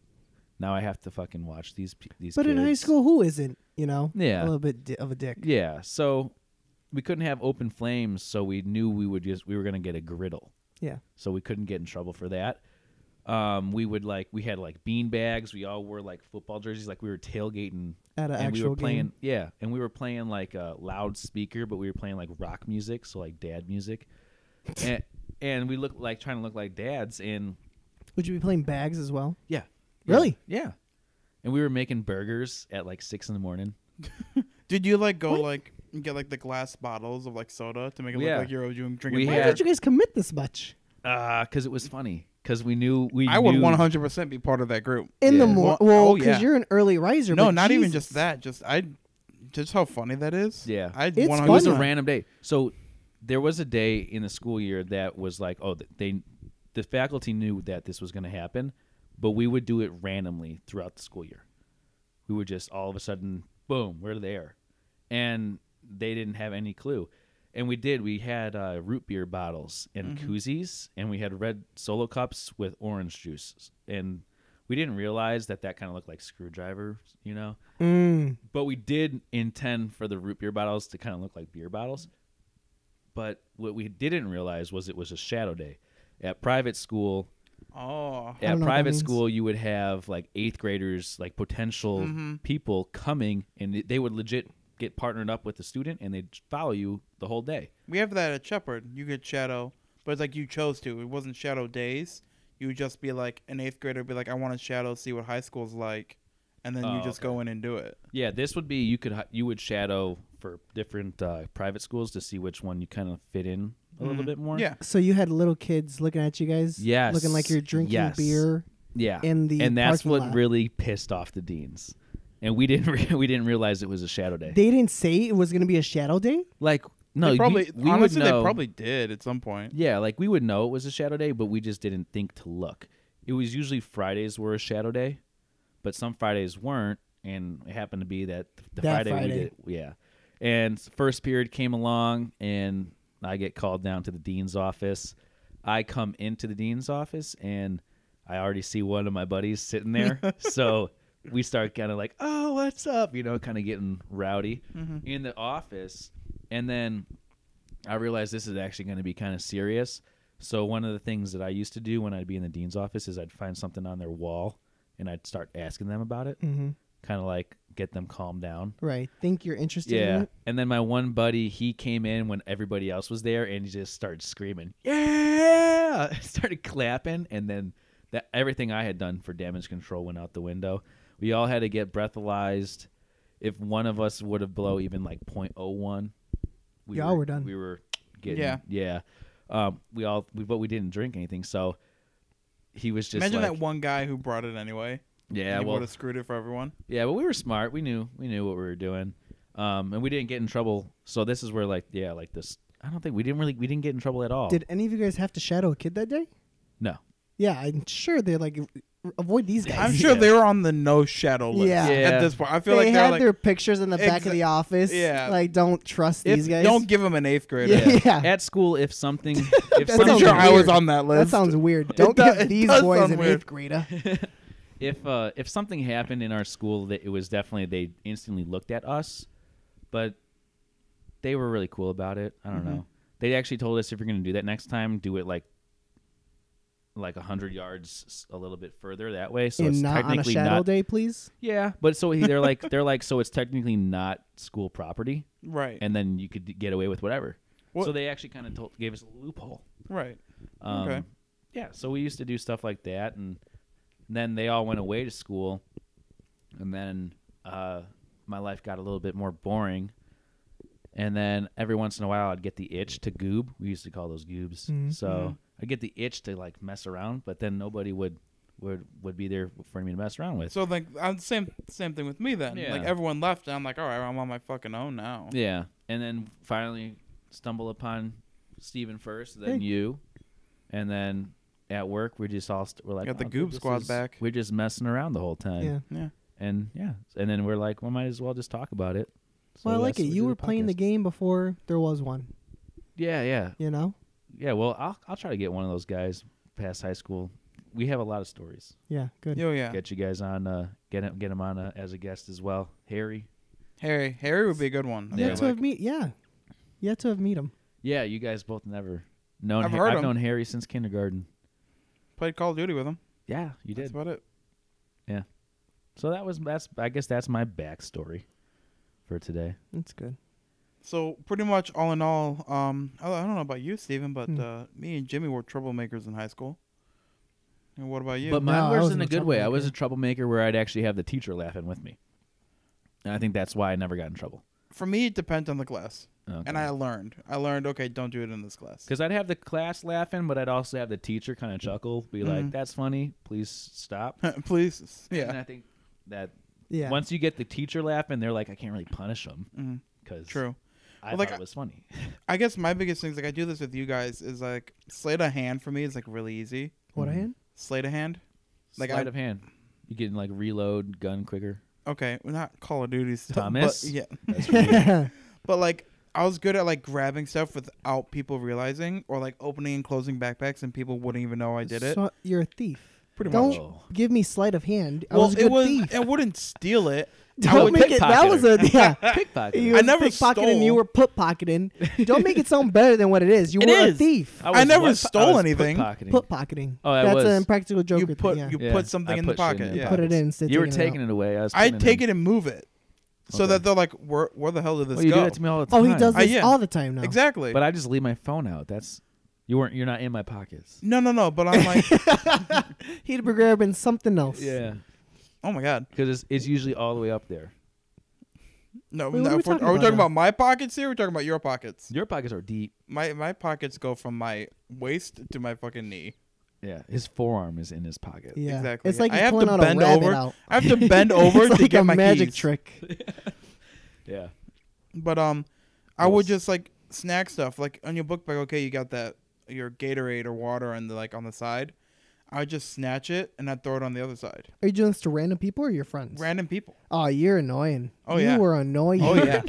S2: now i have to fucking watch these pe- these
S3: But in high
S2: kids."
S3: school, who isn't? You know.
S2: Yeah.
S3: A little bit di- of a dick.
S2: Yeah, so we couldn't have open flames, so we knew we would just we were gonna get a griddle,
S3: Yeah.
S2: so we couldn't get in trouble for that. Um, we would like we had like bean bags. We all wore like football jerseys, like we were tailgating
S3: At an
S2: and we
S3: actual
S2: were playing
S3: game.
S2: yeah, and we were playing like a loudspeaker, but we were playing like rock music, so like dad music, and, and we looked like trying to look like dads. And
S3: Would you be playing bags as well?
S2: yeah,
S3: Really?
S2: yeah, and we were making burgers at like six in the morning.
S1: Did you like go
S3: What?
S1: like and get like the glass bottles of like soda to make it
S2: Yeah.
S1: look like you're doing
S2: We
S1: drinking?
S3: Why
S1: beer?
S2: had-
S3: did you guys commit this much
S2: Uh, cause it was funny. Cause we knew we.
S1: I would
S2: knew-
S1: 100% be part of that group.
S3: in the
S2: Yeah.
S3: morning?
S1: Well,
S3: Well,
S1: oh,
S3: because
S1: yeah.
S3: you're an early riser.
S1: No,
S3: but
S1: not even
S3: Jesus.
S1: just that. Just I, just how funny that is.
S2: Yeah.
S1: I
S3: It's
S2: It was a
S3: Funny.
S2: random day. So there was a day in the school year that was like, oh, th- they, the faculty knew that this was going to happen, but we would do it randomly throughout the school year. We would just all of a sudden, boom, we're there, and they didn't have any clue. And we did. We had uh, root beer bottles and koozies, and we had red solo cups with orange juice. And we didn't realize that that kind of looked like screwdrivers, you know
S3: Mm.
S2: but we did intend for the root beer bottles to kind of look like beer bottles. But what we didn't realize was it was a shadow day. At private school,
S1: Oh.
S2: at
S3: don't know what that
S2: private
S3: means.
S2: school you would have like eighth graders like potential
S1: Mhm.
S2: people coming and th- they would legit get partnered up with the student and they'd follow you the whole day
S1: We have that at Shepherd. You could shadow, but it's like you chose to. It wasn't shadow days. You would just be like an eighth grader, would be like, I want to shadow, see what high school's like, and then you
S2: Oh,
S1: just go in and do it.
S2: yeah this would be you could hi- you would shadow for different uh, private schools to see which one you kind of fit in a little
S1: Mhm.
S2: bit more
S1: Yeah.
S3: So you had little kids looking at you guys,
S2: Yes,
S3: looking like you're drinking
S2: yes.
S3: beer
S2: yeah
S3: in the
S2: and that's
S3: parking
S2: what
S3: lot.
S2: really pissed off the deans and we didn't re- we didn't realize it was a shadow day
S3: They didn't say it was going to be a shadow day.
S2: like no
S1: They
S2: we-
S1: probably
S2: we, would
S1: honestly
S2: know-
S1: they probably did at some point.
S2: Yeah, like we would know it was a shadow day, but we just didn't think to look. It was usually Fridays were a shadow day, but some Fridays weren't, and it happened to be that the
S3: That
S2: Friday,
S3: Friday.
S2: we did. Yeah, and first period came along, and I get called down to the dean's office. I come into the dean's office, and I already see one of my buddies sitting there, so we start kind of like, "Oh, what's up?" You know, kind of getting rowdy
S3: Mm-hmm.
S2: in the office, and then I realized this is actually going to be kind of serious. So one of the things that I used to do when I'd be in the dean's office is I'd find something on their wall and I'd start asking them about it,
S3: Mm-hmm.
S2: kind of like get them calmed down.
S3: Right. Think you're interested in
S2: Yeah.
S3: it.
S2: And then my one buddy, he came in when everybody else was there and he just started screaming, "Yeah!" started clapping and then that everything I had done for damage control went out the window. We all had to get breathalyzed. If one of us would have blow even like 0.01, we
S3: Y'all were done.
S2: We were getting
S1: Yeah.
S2: yeah. Yeah. Um, we all we but we dimn't drink anything, so he was just
S1: Imagine
S2: like,
S1: that one guy who brought it anyway.
S2: yeah,
S1: he
S2: well,
S1: would have screwed it for everyone.
S2: yeah, but we were smart. We knew we knew what we were doing, um, and we didn't get in trouble. So this is where like yeah, like this. I don't think we didn't really we didn't get in trouble at all.
S3: Did any of you guys have to shadow a kid that day?
S2: no.
S3: Yeah, I'm sure they're like, "R- avoid these guys.
S1: I'm sure
S2: Yeah.
S1: they were on the no shadow list
S3: Yeah.
S2: Yeah.
S1: at this point. I feel
S3: they
S1: like
S3: had
S1: they're like,
S3: their pictures in the back
S1: Exa-
S3: of the office.
S1: yeah.
S3: Like, don't trust
S1: if,
S3: these guys.
S1: don't give him an eighth grader.
S3: Yeah. Yeah.
S2: At school, if something, if
S3: That
S1: Pretty
S3: sounds
S2: something,
S1: sure I was
S3: weird.
S1: on that
S3: that
S1: list.
S3: sounds weird. Don't
S1: do-
S3: give
S1: it
S3: these
S1: does
S3: boys
S1: sound
S3: an
S1: weird.
S3: eighth uh, grader.
S2: if uh, if something happened in our school, that it was definitely they instantly looked at us, but they were really cool about it. I don't
S3: Mm-hmm.
S2: know. They actually told us if you're going to do that next time, do it like like a hundred yards s- a little bit further that way. So it's
S3: and not on a
S2: technically
S3: shadow
S2: not
S3: day, please.
S2: Yeah, but so he- they're like they're like so it's technically not school property,
S1: right.
S2: and then you could d- get away with whatever.
S1: What-
S2: So they actually kind of told, gave us a loophole.
S1: right.
S2: Um,
S1: Okay.
S2: Yeah, so we used to do stuff like that, and then they all went away to school, and then uh, my life got a little bit more boring. And then every once in a while, I'd get the itch to goob. We used to call those goobs.
S3: Mhm.
S2: So I'd get the itch to like mess around, but then nobody would would would be there for me to mess around with.
S1: So like I'm same same thing with me then. Like
S2: Yeah.
S1: everyone left and I'm like, all right, I'm on my fucking own now.
S2: Yeah, and then finally stumble upon Steven first, then
S3: Hey.
S2: you, and then at work we just all st- we're like
S1: Got the
S2: "Oh,
S1: Goob
S2: this
S1: squad
S2: is-
S1: back."
S2: We're just messing around the whole time.
S3: yeah.
S1: Yeah.
S2: and yeah, and then we're like, well, might as well just talk about it. So
S3: Well, I like
S2: that's
S3: it.
S2: what we
S3: You
S2: do
S3: were playing the
S2: podcast.
S3: game before there was one.
S2: Yeah, yeah,
S3: You know.
S2: yeah. Well, I'll I'll try to get one of those guys past high school. We have a lot of stories.
S3: Yeah. Good.
S1: Oh yeah.
S2: Get you guys on, uh, get him, get him on uh, as a guest as well. Harry.
S1: Harry Harry would be a good one. I
S3: You
S2: Oh, Yeah.
S1: feel
S3: had to
S1: like.
S3: have meet. Yeah. You had to have meet him.
S2: Yeah, you guys both never known.
S1: I've
S2: Ha-
S1: heard
S2: I've
S1: him.
S2: known Harry since kindergarten.
S1: Played Call of Duty with him.
S2: Yeah, you
S1: That's
S2: did.
S1: about it.
S2: So that was that's I guess that's my backstory for today.
S3: That's good.
S1: So pretty much all in all, um, I I don't know about you, Steven, but
S3: Hmm.
S1: uh, me and Jimmy were troublemakers in high school. And what about you?
S2: But
S3: my- No, I
S2: mine was in
S3: wasn't a
S2: a good way. I was a
S3: troublemaker.
S2: troublemaker where I'd actually have the teacher laughing with me, and I think that's why I never got in trouble.
S1: For me, it depends on the class,
S2: Okay.
S1: and I learned. I learned. Okay, don't do it in this class.
S2: because I'd have the class laughing, but I'd also have the teacher kind of chuckle, be
S1: Mhm.
S2: like, "That's funny. Please stop."
S1: Please,
S2: And
S1: yeah,
S2: I think that
S3: Yeah.
S2: once you get the teacher laughing, they're like, "I can't really punish them
S1: Mhm.
S2: because
S1: true.
S2: I
S1: Well, like,
S2: thought it was funny."
S1: I guess my biggest thing is like I do this with you guys is like slate a hand for me is like really easy.
S3: What I had?
S1: Slate a hand. Like,
S2: Like Sleight
S1: I-
S2: of hand, you can like reload gun quicker.
S1: Okay, well, not Call of Duty stuff. but-
S2: Thomas?
S1: yeah,
S2: That's
S1: but like I was good at like grabbing stuff without people realizing, or like opening and closing backpacks, and people wouldn't even know I did it.
S3: So you're a thief.
S1: Pretty
S3: Don't
S1: much.
S2: Whoa.
S3: give me sleight of hand. I was a good
S1: it was.
S3: thief.
S1: I wouldn't steal it.
S2: I
S3: Don't
S2: would
S3: make it. That
S2: pickpocket
S3: was
S2: her.
S3: a yeah.
S2: Pickpocket.
S3: You
S1: I
S3: was
S1: never
S3: pickpocketing.
S1: stole.
S3: You were put pocketing. Don't make it sound better than what it is. You
S1: It
S3: were a
S1: is.
S3: thief.
S1: I never
S2: was-
S1: stole
S2: was
S1: anything.
S2: pickpocketing.
S3: Put pocketing.
S2: Oh, I
S3: That's
S2: was.
S3: an impractical joker.
S1: you
S3: thing,
S1: put
S3: yeah.
S1: you
S2: Yeah,
S1: put something
S2: I
S1: in the
S2: put shit in
S1: pocket.
S2: your
S1: yeah,
S3: put it
S2: pockets.
S3: in. Instead of
S2: You were
S3: taking it
S2: taking it, away. I was.
S1: I
S2: putting
S1: take
S2: in.
S1: it and move it, so
S2: Okay.
S1: that they're like, where where the hell did this
S2: Well, you
S1: go?
S2: do that to me all the
S3: Oh,
S2: time.
S3: he does
S1: I-
S3: this
S1: Uh, yeah.
S3: all the time now.
S1: Exactly.
S2: But I just leave my phone out. That's you weren't. You're not in my pockets.
S1: no, no, no. But I'm like,
S3: He'd be grabbing something else.
S2: Yeah,
S1: oh my god.
S2: because it's it's usually all the way up there.
S1: No,
S3: Wait, what
S1: no
S3: are we
S1: if we're-
S3: talking
S1: are we
S3: about
S1: talking
S3: now?
S1: about my pockets here? We're talking about your pockets.
S2: Your pockets are deep.
S1: My my pockets go from my waist to my fucking knee.
S2: Yeah, his forearm is in his pocket.
S3: Yeah.
S1: Exactly.
S3: It's like
S1: I
S3: he's
S1: have
S3: pulling
S1: to
S3: out a
S1: bend
S3: rabbit
S1: over.
S3: out.
S1: I have to bend over
S3: it's
S1: to
S3: like
S1: get
S3: a
S1: my
S3: magic
S1: keys.
S3: trick.
S2: Yeah.
S1: But um, I
S2: What
S1: would
S2: else?
S1: just like snack stuff, like on your book bag. Okay, you got that your Gatorade or water on the like on the side. I would just snatch it and I'd throw it on the other side.
S3: Are you doing this to random people or your friends?
S1: Random people.
S3: oh, you're annoying.
S1: Oh,
S3: you
S1: yeah.
S3: were annoying.
S1: Oh yeah,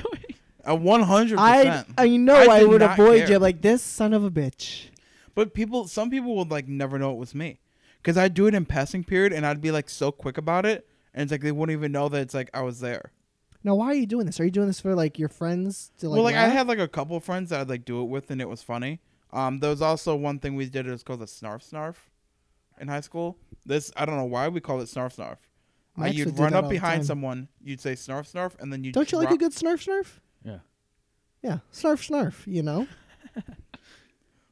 S1: a one hundred
S3: I
S1: percent.
S3: I know
S1: I
S3: I,
S1: did
S3: would
S1: not
S3: avoid
S1: care.
S3: you like this son of a bitch.
S1: But people, some people would like never know it was me, because I'd do it in passing period and I'd be like so quick about it, and it's like they wouldn't even know that it's like I was there.
S3: Now, why are you doing this? Are you doing this for like your friends to like?
S1: well, like I
S3: laugh?
S1: had like a couple of friends that I'd like do it with, and it was funny. Um, there was also one thing we did. It was called the snarf snarf in high school. This I don't know why we call it snarf snarf. Uh,
S3: Max would
S1: you'd
S3: do
S1: run
S3: that
S1: up
S3: all the
S1: behind
S3: time.
S1: someone, you'd say snarf snarf, and then you
S3: Don't you like a
S1: drop-
S3: good snarf snarf?
S2: Yeah.
S3: Yeah, snarf snarf. You know,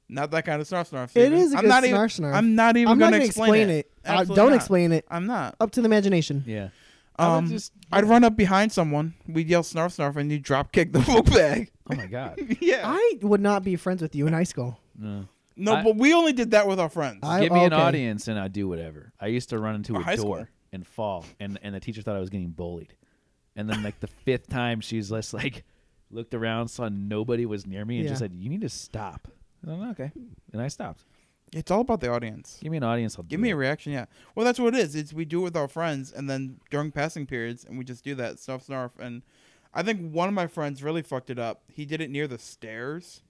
S1: not that kind of snarf snarf.
S3: it
S1: Steven.
S3: is a
S1: I'm
S3: good
S1: not
S3: snarf
S1: even.
S3: snarf.
S1: I'm not even
S3: I'm
S1: gonna,
S3: not gonna
S1: explain, it.
S3: Uh,
S1: Absolutely
S3: don't
S1: not.
S3: explain it.
S1: I'm not.
S3: Up to the imagination.
S2: Yeah. I would
S1: Um,
S2: just-
S1: I'd run up behind someone, we'd yell snarf snarf, and you drop kick the book bag.
S2: Oh my god.
S1: yeah.
S3: I would not be friends with you in high school.
S2: No.
S1: no,
S2: I-
S1: but we only did that with our friends.
S3: I-
S2: Give me an
S3: okay.
S2: audience and I do whatever. I used to run into
S1: Or
S2: a
S1: high
S2: door
S1: school.
S2: and fall, and and the teacher thought I was getting bullied, and then like the fifth time she's just like looked around, saw nobody was near me, and just
S3: Yeah.
S2: said, "You need to stop." And I'm like, okay, and I stopped.
S1: it's all about the audience.
S2: Give me an audience. I'll
S1: Give
S2: do
S1: me a
S2: it.
S1: reaction, yeah. Well, that's what it is. It's we do it with our friends, and then during passing periods, and we just do that snarf snarf. And I think one of my friends really fucked it up. He did it near the stairs.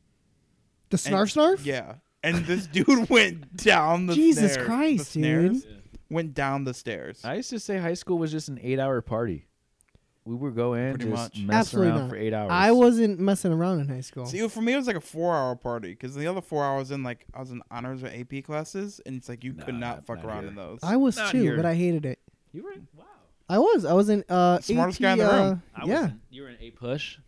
S3: The
S1: and-
S3: snarf snarf.
S1: Yeah, and this dude went down the
S3: Jesus
S1: snare- the
S3: Christ,
S1: snares,
S3: dude.
S1: Went down the stairs.
S2: I used to say high school was just an eight-hour party. We would go in,
S1: Pretty
S2: just
S1: much.
S2: mess
S3: Absolutely
S2: around
S3: not.
S2: for eight hours.
S3: I wasn't messing around in high school.
S1: See, for me, it was like a four-hour party because the other four hours in, like, I was in honors or AP classes, and it's like you could
S2: Nah,
S1: not
S2: not-
S1: fuck
S2: not
S1: around
S2: here.
S1: in those.
S3: I was
S2: Not
S3: too,
S2: here.
S3: but I hated it.
S2: You were wow.
S3: I was. I was in uh
S1: Smartest
S3: AP,
S1: guy in the room.
S3: uh,
S2: I
S3: yeah,
S2: was in, you were in a push.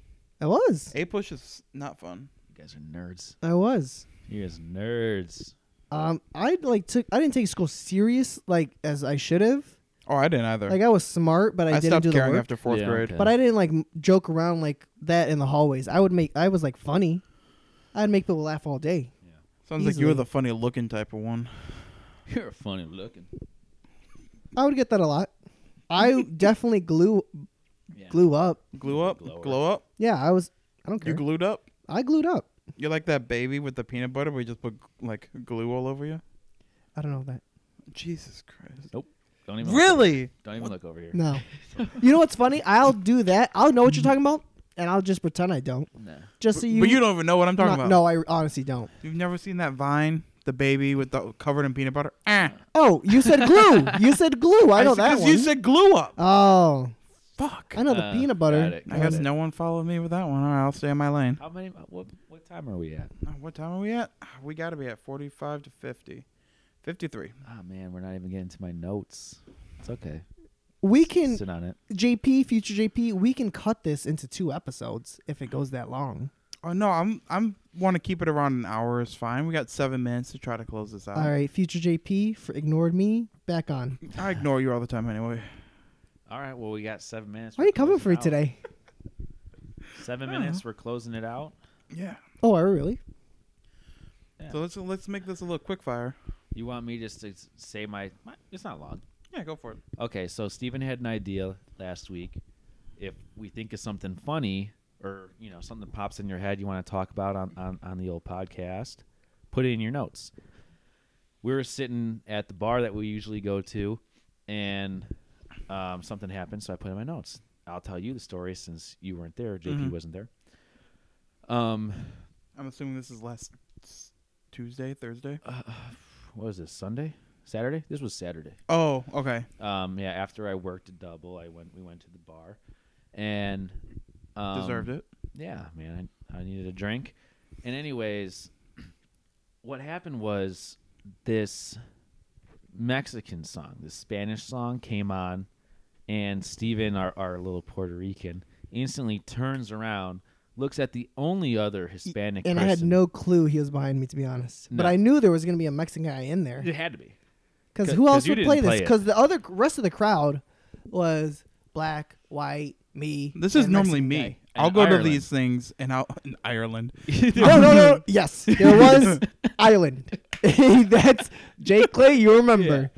S3: I was.
S1: A push is not fun.
S2: You guys are nerds.
S3: I was.
S2: You guys nerds.
S3: Um, I like took. I didn't take school serious like as I should have.
S1: Oh, I didn't either.
S3: Like I was smart, but I,
S1: I
S3: didn't
S1: stopped
S3: do the
S1: caring
S3: work.
S1: after fourth
S2: Yeah,
S1: grade.
S2: okay.
S3: But I didn't like m- joke around like that in the hallways. I would make. I was like funny. I'd make people laugh all day.
S1: Sounds like you were
S3: Easily.
S1: the funny-looking type of one.
S2: You're funny looking.
S3: I would get that a lot. I definitely glue
S2: Yeah.
S3: glue up.
S1: Glue up,
S2: Glower.
S1: glow up.
S3: Yeah, I was. I don't care.
S1: You glued up.
S3: I glued up.
S1: You're like that baby with the peanut butter where you just put like glue all over you.
S3: I don't know that.
S1: Jesus Christ.
S2: Don't even look over-
S1: Really?
S2: Don't even look over here.
S3: No. you know what's funny? I'll do that. I'll know what you're talking about, and I'll just pretend I don't.
S2: Nah.
S3: Just so you.
S1: Mm. but you don't even know what I'm talking
S3: no,
S1: about.
S3: No, I honestly don't.
S1: You've never seen that vine, the baby with the covered in peanut butter. Ah.
S3: Oh, you said glue. you said glue. I know that
S1: Because
S3: one.
S1: you said glue up.
S3: oh,
S1: Fuck.
S3: I know the
S2: Uh,
S3: peanut butter.
S2: got it,
S1: I
S2: got
S1: guess
S2: it.
S1: no one followed me with that one. All right, I'll stay in my lane.
S2: How many? What what time are we at?
S1: Uh, What time are we at? We got to be at 45 to 50. 53.
S2: Ah man, we're not even getting to my notes. It's okay.
S3: We can
S2: Sit on it.
S3: JP, future JP, we can cut this into two episodes if it goes that long.
S1: Oh no, I'm I'm want to keep it around an hour is fine. We got 7 minutes to try to close this out.
S3: All right, future JP for ignored me. Back on.
S1: I ignore you all the time anyway.
S2: All right. Well, we got seven minutes.
S3: Why are
S2: We're
S3: you coming
S2: closing
S3: for me Oh.
S2: out.
S3: today?
S2: Seven
S1: I don't
S2: minutes. We're closing it out.
S1: Yeah.
S3: Oh, are we really?
S1: So let's let's make this a little quick fire.
S2: You want me just to s- say my? my it's not long.
S1: Yeah, go for it.
S2: Okay, so Steven had an idea last week. If we think of something funny or, you know, something that pops in your head you want to talk about on, on, on the old podcast, put it in your notes. We were sitting at the bar that we usually go to, and um, something happened, so I put in my notes. I'll tell you the story since you weren't there. JP
S1: Mhm.
S2: wasn't there. Um,
S1: I'm assuming this is last s- Tuesday, Thursday.
S2: what uh, was this, Sunday? Saturday. This was Saturday.
S1: Oh, okay.
S2: Um, yeah, after I worked a double, I went. We went to the bar, and um,
S1: Deserved it.
S2: yeah, man, I, I needed a drink. And anyways, what happened was this Mexican song, this Spanish song came on, and Steven, our, our little Puerto Rican, instantly turns around, looks at the only other Hispanic
S3: and
S2: person.
S3: I had no clue he was behind me, to be honest. But
S2: No.
S3: I knew there was going to be a Mexican guy in there.
S2: It had to be.
S3: Because
S2: 'Cause-
S3: who
S2: 'cause
S3: else
S2: you
S3: would
S2: didn't
S3: play
S2: play
S3: this?
S2: it.
S3: Because the other rest of the crowd was black, white, me.
S1: This is
S3: and
S1: normally
S3: Mexican
S1: me.
S3: guy.
S1: I'll
S2: And
S1: go
S2: Ireland.
S1: to these things and I'll in Ireland.
S3: No, no, no. Yes, there was Ireland. That's Jake Clay. You remember.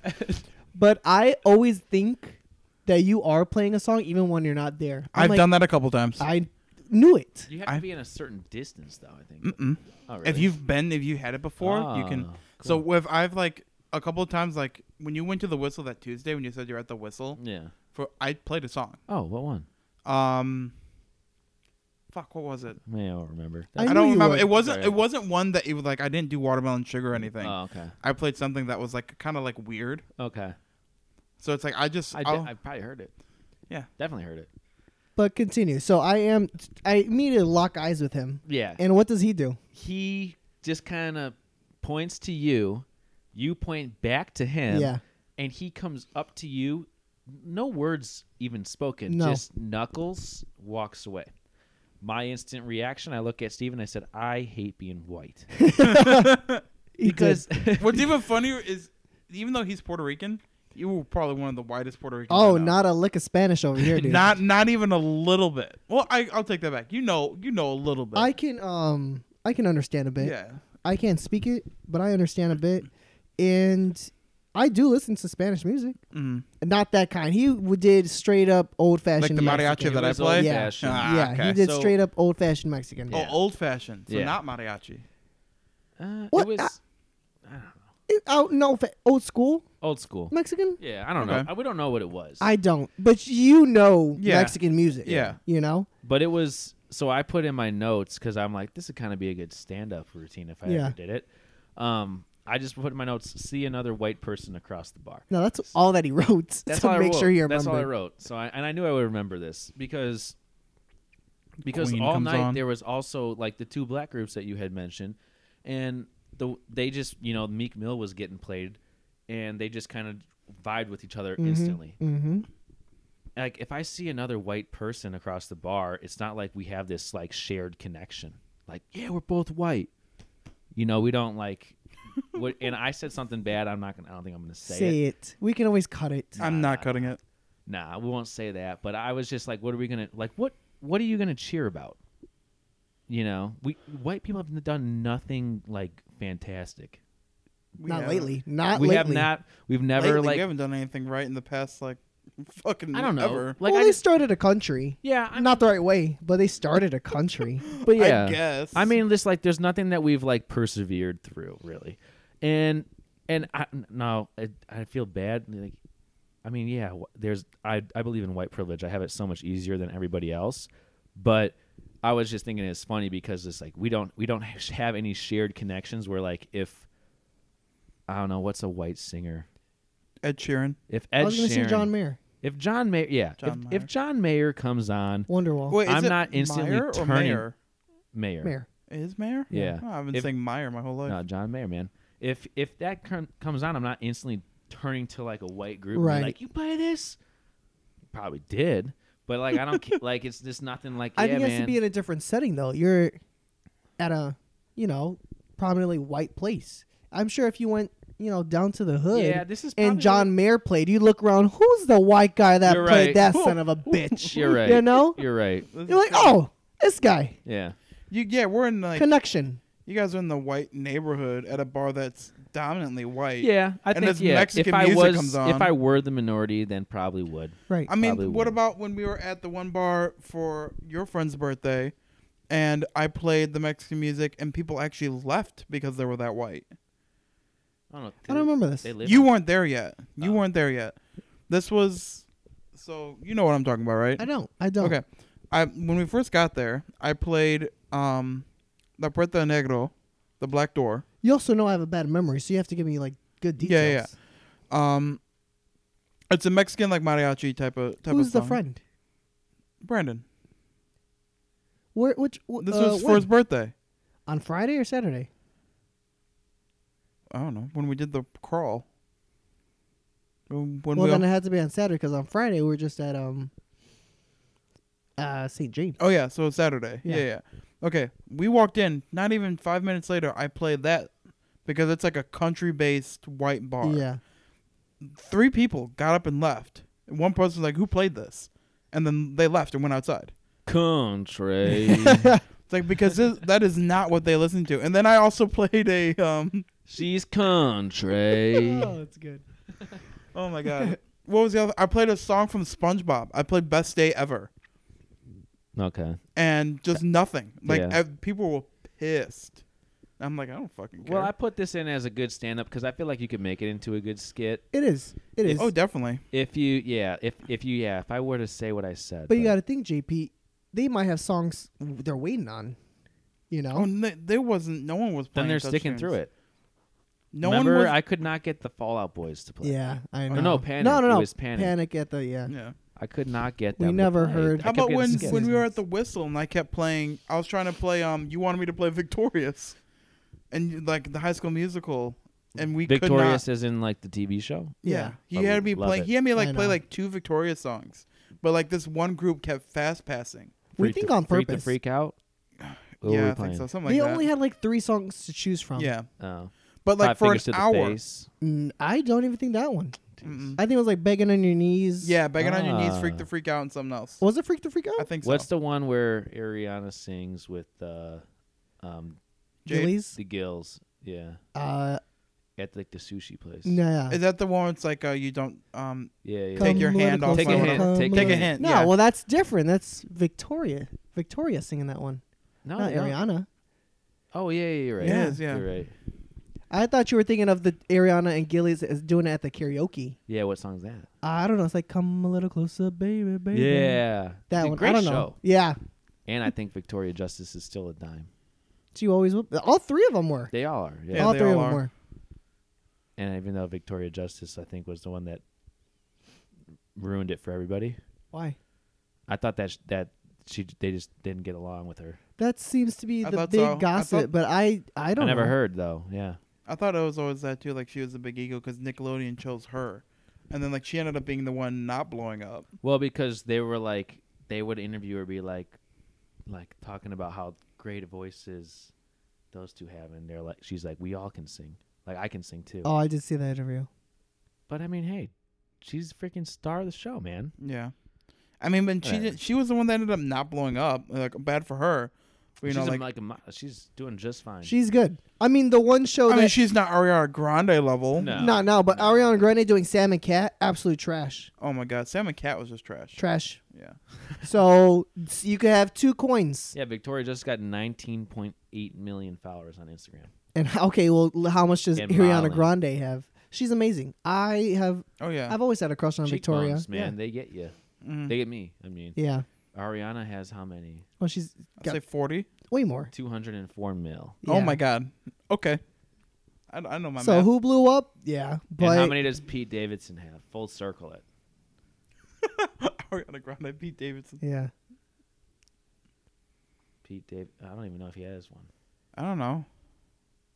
S3: But I always think that you are playing a song even when you're not there. i
S1: I've done that a couple times.
S3: I knew it.
S2: You have to
S1: I-
S2: be in a certain distance, though. I think.
S1: Mm-mm.
S2: Oh,
S1: If
S2: really?
S1: you've been, if you had it before, you can.
S2: Ah, cool.
S1: So if I've like a couple of times, like when you went to the whistle that Tuesday when you said you're at the whistle
S2: yeah.
S1: for, I played a song.
S2: Oh, what one?
S1: Um, fuck, what was it?
S2: Man, I don't remember.
S3: I
S1: I,
S3: knew
S1: don't
S3: you
S1: remember.
S3: would.
S1: It wasn't.
S2: Sorry.
S1: It wasn't one that it was like I didn't do watermelon sugar or anything.
S2: oh, okay.
S1: I played something that was like kind of like weird.
S2: Okay.
S1: So it's like I just
S2: I,
S1: I'll-
S2: de- I probably heard it.
S1: Yeah.
S2: Definitely heard it.
S3: But continue. So I am. I immediately lock eyes with him.
S2: Yeah.
S3: And what does he do?
S2: he just kind of points to you, you point back to him,
S3: Yeah.
S2: and he comes up to you, no words even spoken,
S3: No.
S2: just knuckles walks away. My instant reaction, I look at Steven, I said, I hate being white.
S3: He did.
S2: Because uh,
S1: What's even funnier is even though he's Puerto Rican, you were probably one of the whitest Puerto Ricans. I
S3: oh,
S1: know.
S3: not a lick of Spanish over here, dude.
S1: not not even a little bit. Well, I I'll take that back. You know, you know a little bit.
S3: I can um I can understand a bit.
S1: yeah.
S3: I can't speak it, but I understand a bit, and I do listen to Spanish music.
S1: Mm.
S3: Not that kind. He w- did straight up old
S1: Like
S3: fashioned
S1: the mariachi that I
S2: It was
S1: play.
S2: old-fashioned.
S1: Ah,
S3: Yeah,
S1: okay.
S3: he did
S2: So-
S3: straight up old fashioned Mexican.
S2: Yeah.
S1: Oh, old fashioned. So
S2: Yeah.
S1: not mariachi.
S2: uh, it
S3: What?
S2: was
S3: I-
S2: I don't know,
S3: It- Oh no, fa- old school
S2: old school.
S3: Mexican.
S2: Yeah, I don't
S1: Okay.
S2: know. I, we don't know what it was.
S3: I don't, but you know
S1: Yeah.
S3: Mexican music.
S1: Yeah.
S3: you know.
S2: But it was so I put in my notes because I'm like, this would kind of be a good stand-up routine if I
S3: Yeah.
S2: ever did it. Um, I just put in my notes: see another white person across the bar.
S3: No, that's all that he wrote.
S2: That's
S3: to
S2: all I
S3: make
S2: wrote.
S3: sure he remembered.
S2: That's all I wrote. So I and I knew I would remember this because because
S1: Queen
S2: all
S1: comes
S2: night
S1: on.
S2: there was also like the two black groups that you had mentioned, and the they just you know Meek Mill was getting played, and they just kind of vibed with each other instantly.
S3: Mm-hmm.
S2: Like if I see another white person across the bar, it's not like we have this like shared connection. Like yeah, we're both white. You know we don't like. what, and I said something bad. I'm not gonna. I don't think I'm gonna
S3: Say,
S2: say it.
S3: it. We can always cut it.
S1: I'm
S2: Nah.
S1: not cutting it.
S2: nah we won't say that but i was just like what are we gonna like what what are you gonna cheer about you know we white people have done nothing like fantastic
S1: We
S3: Not
S1: haven't-
S3: lately. Not
S2: we
S3: lately.
S2: have not we've never
S1: Lately,
S2: like
S1: we haven't done anything right in the past like fucking.
S2: i don't know
S1: ever.
S2: like
S3: well,
S2: i
S3: they
S2: just
S3: started a country.
S2: yeah i
S3: Not the right way, but they started a country.
S2: but yeah
S1: I guess.
S2: I mean, just like there's nothing that we've like persevered through, really, and and I no, I, I feel bad. Like, I mean, yeah, wh- there's I I believe in white privilege. I have it so much easier than everybody else, but I was just thinking it's funny because it's like we don't we don't have any shared connections where like if I don't know what's a white singer
S1: Ed Sheeran.
S2: if
S3: I
S2: Ed
S3: was going to say
S2: Sheeran-
S3: John Mayer,
S2: if John Mayer yeah
S1: John
S2: if,
S1: Mayer.
S2: if John Mayer comes on
S3: Wonderwall,
S1: Wait, is
S2: I'm
S1: it
S2: not instantly
S1: Meyer or
S2: turning-
S1: Mayer?
S2: Mayer
S3: Mayer.
S1: Is Mayer?
S2: Yeah.
S1: Oh, I've been
S2: If-
S1: saying Meyer my whole life.
S2: No, John Mayer, man. If if that com- comes on, I'm not instantly turning to like a white group. and be
S3: Right.
S2: Like you play this? Probably did, but like I don't ca- like it's just nothing like. Yeah,
S3: I think it has
S2: man.
S3: to be in a different setting though. You're at a, you know, prominently white place. I'm sure if you went, you know, down to the hood
S2: yeah, this is
S3: and
S2: probably
S3: John Mayer played, you look around, who's the white guy that
S2: You're
S3: played
S2: right.
S3: that son of a bitch?
S2: You're right.
S3: You know?
S2: You're right.
S1: This
S3: You're
S1: is
S3: like,
S1: crazy.
S3: oh, this guy.
S2: Yeah,
S1: you, yeah, we're in like
S3: Connection.
S1: you guys are in the white neighborhood at a bar that's dominantly white.
S2: yeah. I
S1: And
S2: think
S1: as
S2: yeah.
S1: Mexican
S2: if I
S1: music
S2: was
S1: comes
S2: if
S1: on-
S2: I were the minority, then probably would.
S3: Right.
S1: I mean,
S2: Probably
S1: what
S2: would.
S1: about when we were at the one bar for your friend's birthday, and I played the Mexican music, and people actually left because they were that white.
S2: I don't know.
S3: I don't remember this.
S2: They live
S1: You
S2: in-
S1: weren't there yet. You
S2: Oh.
S1: weren't there yet. This was, so you know what I'm talking about, right?
S3: I don't. I don't.
S1: Okay. I when we first got there, I played um La Puerta Negro, The Black Door.
S3: You also know I have a bad memory, so you have to give me like good
S1: Yeah,
S3: details.
S1: yeah, yeah. Um, it's a Mexican like mariachi type of type
S3: Who's
S1: of
S3: the
S1: song.
S3: friend?
S1: Brandon.
S3: Where? Which? wh-
S1: This
S3: uh,
S1: was for
S3: when?
S1: his birthday.
S3: on Friday or Saturday?
S1: I don't know when we did the crawl. When when
S3: well,
S1: we
S3: then
S1: all-
S3: it had to be on Saturday because on Friday we were just at um. Uh, St. James.
S1: oh yeah, so it's Saturday. Yeah.
S3: Yeah.
S1: yeah, Okay, we walked in. Not even five minutes later, I played that because it's like a country-based white bar.
S3: Yeah.
S1: Three people got up and left. And one person was like, "Who played this?" And then they left and went outside.
S2: Country.
S1: It's like because this, that is not what they listen to. And then I also played a um.
S2: She's country.
S3: Oh, it's good.
S1: Oh my god. What was the other? I played a song from SpongeBob. I played "Best Day Ever"
S2: okay.
S1: and just nothing. Like
S2: Yeah.
S1: ev- people were pissed. I'm like, I don't fucking care.
S2: Well, I put this in as a good stand up because I feel like you could make it into a good skit.
S3: It is. It is.
S1: oh, definitely.
S2: If you, yeah, if if you, yeah, if I were to say what I said.
S3: but you got to think, JP. They might have songs they're waiting on. You know.
S1: Oh, no, there wasn't. No one was
S2: Then
S1: playing.
S2: they're
S1: touch
S2: sticking through
S1: tunes.
S2: it.
S1: No
S2: Remember,
S1: one was.
S2: I could not get the Fallout Boys to play.
S3: yeah, I
S2: Oh,
S3: know.
S2: no, Panic.
S3: No, no,
S2: It
S3: no.
S2: was Panic.
S3: at the yeah.
S1: yeah.
S2: I could not get
S3: We
S2: them. to
S3: never
S2: play.
S3: heard-
S2: I
S1: How
S2: kept
S1: about
S2: getting
S1: when
S2: skipped.
S1: when we were at the whistle and I kept playing? I was trying to play. Um, you wanted me to play Victorious, and like the High School Musical, and we could not.
S2: Victorious is in like the TV show?
S1: Yeah,
S2: I
S1: he had me
S2: love
S1: play.
S2: it.
S1: He had me
S3: I
S1: like play
S3: know.
S1: like two Victoria songs, but like this one group kept fast passing.
S3: We
S2: Freak
S3: think
S2: the,
S3: on
S2: Freak the
S3: purpose.
S2: freak out. What were
S1: yeah,
S2: we
S1: I think
S2: playing?
S1: so. Something like
S3: They
S1: that.
S3: only had like three songs to choose from.
S1: yeah,
S2: Oh.
S1: but like
S2: Five
S1: for an
S2: fingers to the
S1: hour.
S2: face.
S3: Mm, I don't even think that one.
S1: Mm-mm.
S3: I think it was like begging on your knees.
S1: Yeah, begging on your knees, freak
S2: Ah.
S1: the freak out, and something else.
S3: Was it freak to freak
S1: I
S3: out?
S1: think so.
S2: What's the one where Ariana sings with uh, um,
S1: Jade-
S3: Gillies?
S2: the gills? Yeah,
S3: Uh,
S2: at like the sushi place.
S3: nah.
S1: Is that the one? It's like uh, you don't. Um,
S2: Yeah, yeah.
S1: Take your
S3: Come
S1: hand
S3: little
S1: off
S2: Take
S1: my
S2: a
S3: girl,
S1: hand.
S2: hint.
S3: come
S2: Take
S1: Take a
S2: a
S3: little-
S1: hint.
S3: No,
S1: yeah.
S3: well that's different. That's Victoria. Victoria singing that one,
S2: no,
S3: not
S2: no.
S3: Ariana.
S2: Oh yeah, yeah, you're right.
S1: Yeah, Yes, yeah.
S2: You're right.
S3: I thought you were thinking of the Ariana and Gillies is doing it at the karaoke.
S2: Yeah, what song's that?
S3: I don't know. It's like come a little closer, baby, baby.
S2: Yeah,
S3: that
S2: Dude,
S3: one.
S2: Great
S3: I don't know.
S2: show.
S3: Yeah,
S2: And I think Victoria Justice is still a dime.
S3: she always. will- All three of them were.
S2: They all are. Yeah.
S1: Yeah.
S3: all
S1: they
S3: three
S1: all
S3: of them
S1: are.
S3: were.
S2: And even though Victoria Justice, I think, was the one that ruined it for everybody.
S3: Why?
S2: I thought that sh- that she they just didn't get along with her.
S3: That seems to be
S1: I
S3: the
S1: thought
S3: big
S1: so. I
S3: gossip,
S1: thought-
S3: but I I
S2: I,
S3: don't.
S2: never
S3: know.
S2: heard though. Yeah.
S1: I thought it was always that too. Like she was a big ego because Nickelodeon chose her, and then like she ended up being the one not blowing up.
S2: Well, because they were like they would interview her, be like, like talking about how great voices those two have, and they're like, she's like, we all can sing. Like I can sing too.
S3: Oh, I did see that interview.
S2: But I mean, hey, she's freaking star of the show, man.
S1: Yeah, I mean, but she
S2: Right.
S1: did, she was the one that ended up not blowing up. Like bad for her. You
S2: she's
S1: know,
S2: a-
S1: like
S2: like a, mo- she's doing just fine.
S3: She's good. I mean, the one show
S1: I mean,
S3: Oh, that
S1: she's not Ariana Grande level.
S2: No.
S3: not now, but
S2: No.
S3: Ariana Grande doing Sam and Cat, absolute trash,
S1: Oh my God, Sam and Cat was just trash.
S3: trash.
S1: yeah,
S3: so s- you could have two coins.
S2: yeah, Victoria just got 19.8 million followers on Instagram.
S3: And h- okay, well, l- how much does
S2: And
S3: Ariana
S2: modeling.
S3: Grande have? She's amazing. I have.
S1: oh yeah.
S3: I've always had a crush on Victoria.
S2: Cheekbones, man, they get you.
S1: Mm.
S2: They get me. I mean,
S3: Yeah. yeah.
S2: Ariana has how many?
S3: Well, she's
S1: I'd
S3: got
S1: say forty.
S3: way more.
S2: 204 mil.
S1: Oh
S3: Yeah.
S1: my God. Okay. I, I know my.
S3: So
S1: math.
S3: who blew up? Yeah,
S2: and how
S3: but
S2: many does Pete Davidson have? Full circle it.
S1: Ariana Grande beat Davidson.
S3: yeah,
S2: Pete Dav. I don't even know if he has one.
S1: I don't know.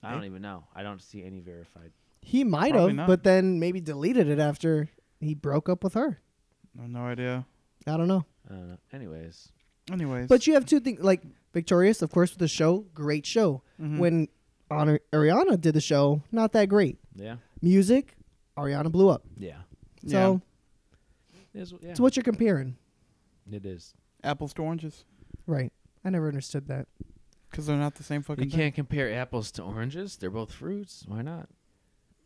S2: I
S1: Eh?
S2: don't even know. I don't see any verified.
S3: he might
S1: Probably
S3: have,
S1: not.
S3: but then maybe deleted it after he broke up with her.
S1: I have no idea.
S3: I don't know.
S2: I don't know. Anyways,
S1: Anyways,
S3: But you have two things like Victorious, of course, with the show, great show.
S1: Mhm.
S3: When Honor Ariana did the show, not that great.
S2: yeah,
S3: Music, Ariana blew up.
S2: yeah.
S3: So
S1: Yeah.
S2: It's, yeah.
S3: it's what you're comparing,
S2: it is.
S1: apples to oranges
S3: right? I never understood that.
S1: because they're not the same fucking.
S2: You can't compare apples to oranges. They're both fruits. Why not?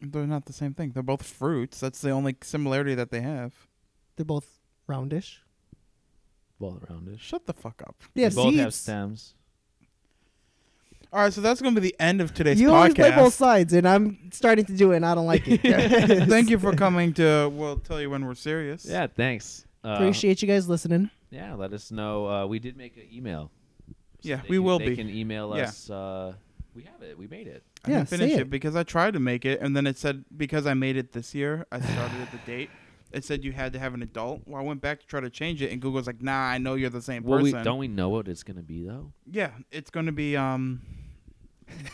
S1: Thing. They're not the same thing. They're both fruits. That's the only similarity that they have.
S3: They're both roundish.
S2: Both roundish.
S1: Shut the fuck up.
S3: They have
S2: They both
S3: seeds.
S2: have stems.
S1: All right, so that's going to be the end of today's
S3: you always play both
S1: podcast.
S3: sides, and I'm starting to do it, and I don't like it.
S1: Thank you for coming to. We'll tell you when we're serious.
S2: Yeah. Thanks. Uh,
S3: Appreciate you guys listening.
S2: Yeah. Let us know. Uh, we did make an email.
S1: Yeah,
S2: They
S1: we
S2: can-
S1: will
S2: they
S1: be.
S2: can email
S1: Yeah.
S2: us. Uh, We have it. We made it.
S1: I
S3: Yeah,
S1: didn't
S3: say
S1: finish it.
S3: it.
S1: because I tried to make it, and then it said because I made it this year, I started at the date. It said you had to have an adult. Well, I went back to try to change it, and Google's like, "Nah, I know you're the same
S2: Well, we,
S1: person."
S2: don't we know what it's gonna be though?
S1: Yeah, it's going to be um,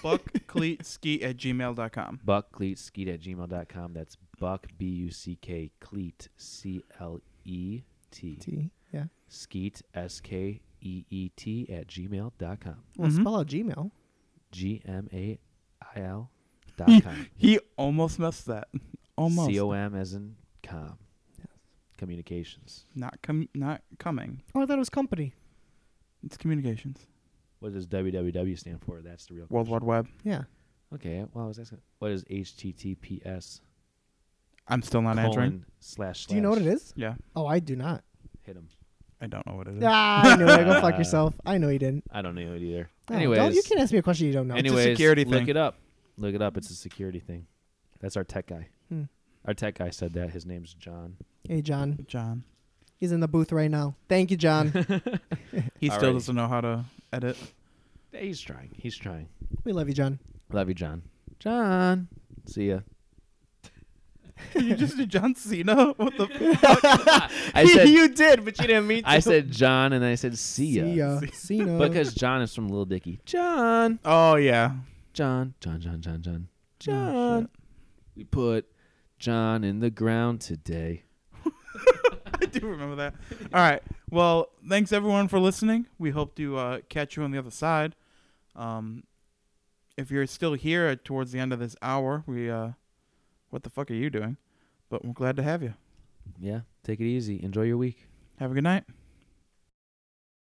S1: buckcleatskeet at gmail.com.
S2: Buck Cleat Skeet at gmail.com. That's Buck B U C K Cleat C L E T
S3: T. Yeah.
S2: Skeet S K E E T at gmail.com.
S3: Well,
S1: Mhm.
S3: spell out Gmail.
S2: G M A I L dot com.
S1: He almost messed that. Almost.
S2: C O M as in com.
S3: Yes.
S2: Communications.
S1: Not com- not coming.
S3: Oh, I thought it was company.
S1: It's communications.
S2: What does www stand for? That's the real
S1: World Wide Web.
S3: Yeah.
S2: question. Okay. Well, I was asking, what is HTTPS?
S1: I'm still not answering.
S2: colon slash slash.
S3: Do you know what it is?
S1: Yeah,
S3: Oh, I do not.
S2: Hit him.
S1: I don't know what it is.
S3: Ah, I knew it. Go fuck
S2: Ah.
S3: yourself. I know you didn't.
S2: I don't know it either.
S3: Oh,
S2: anyways,
S3: don't, you can't ask me a question you don't know.
S2: anyways,
S1: security
S2: look
S1: thing.
S2: it up. Look it up. It's a security thing. That's our tech guy.
S3: Hmm.
S2: Our tech guy said that. His name's John.
S3: Hey, John.
S1: John.
S3: He's in the booth right now. Thank you, John.
S1: He still
S2: Alrighty.
S1: doesn't know how to edit.
S2: He's trying. He's trying.
S3: we love you, John.
S2: Love you, John. John. See ya.
S1: you just did John Cena. What the? F-
S2: I said
S3: you did, but you didn't mean to.
S2: I said John, and then I said see ya.
S3: See ya. See ya.
S2: Because John is from Little Dicky. John.
S1: oh yeah.
S2: John. John. John. John. John.
S1: Oh,
S2: John. we put John in the ground today.
S1: I do remember that. All right. Well, thanks everyone for listening. We hope to uh, catch you on the other side. Um, if you're still here at- towards the end of this hour, we uh, what the fuck are you doing? But we're glad to have you.
S2: Yeah. Take it easy. Enjoy your week.
S1: Have a good night.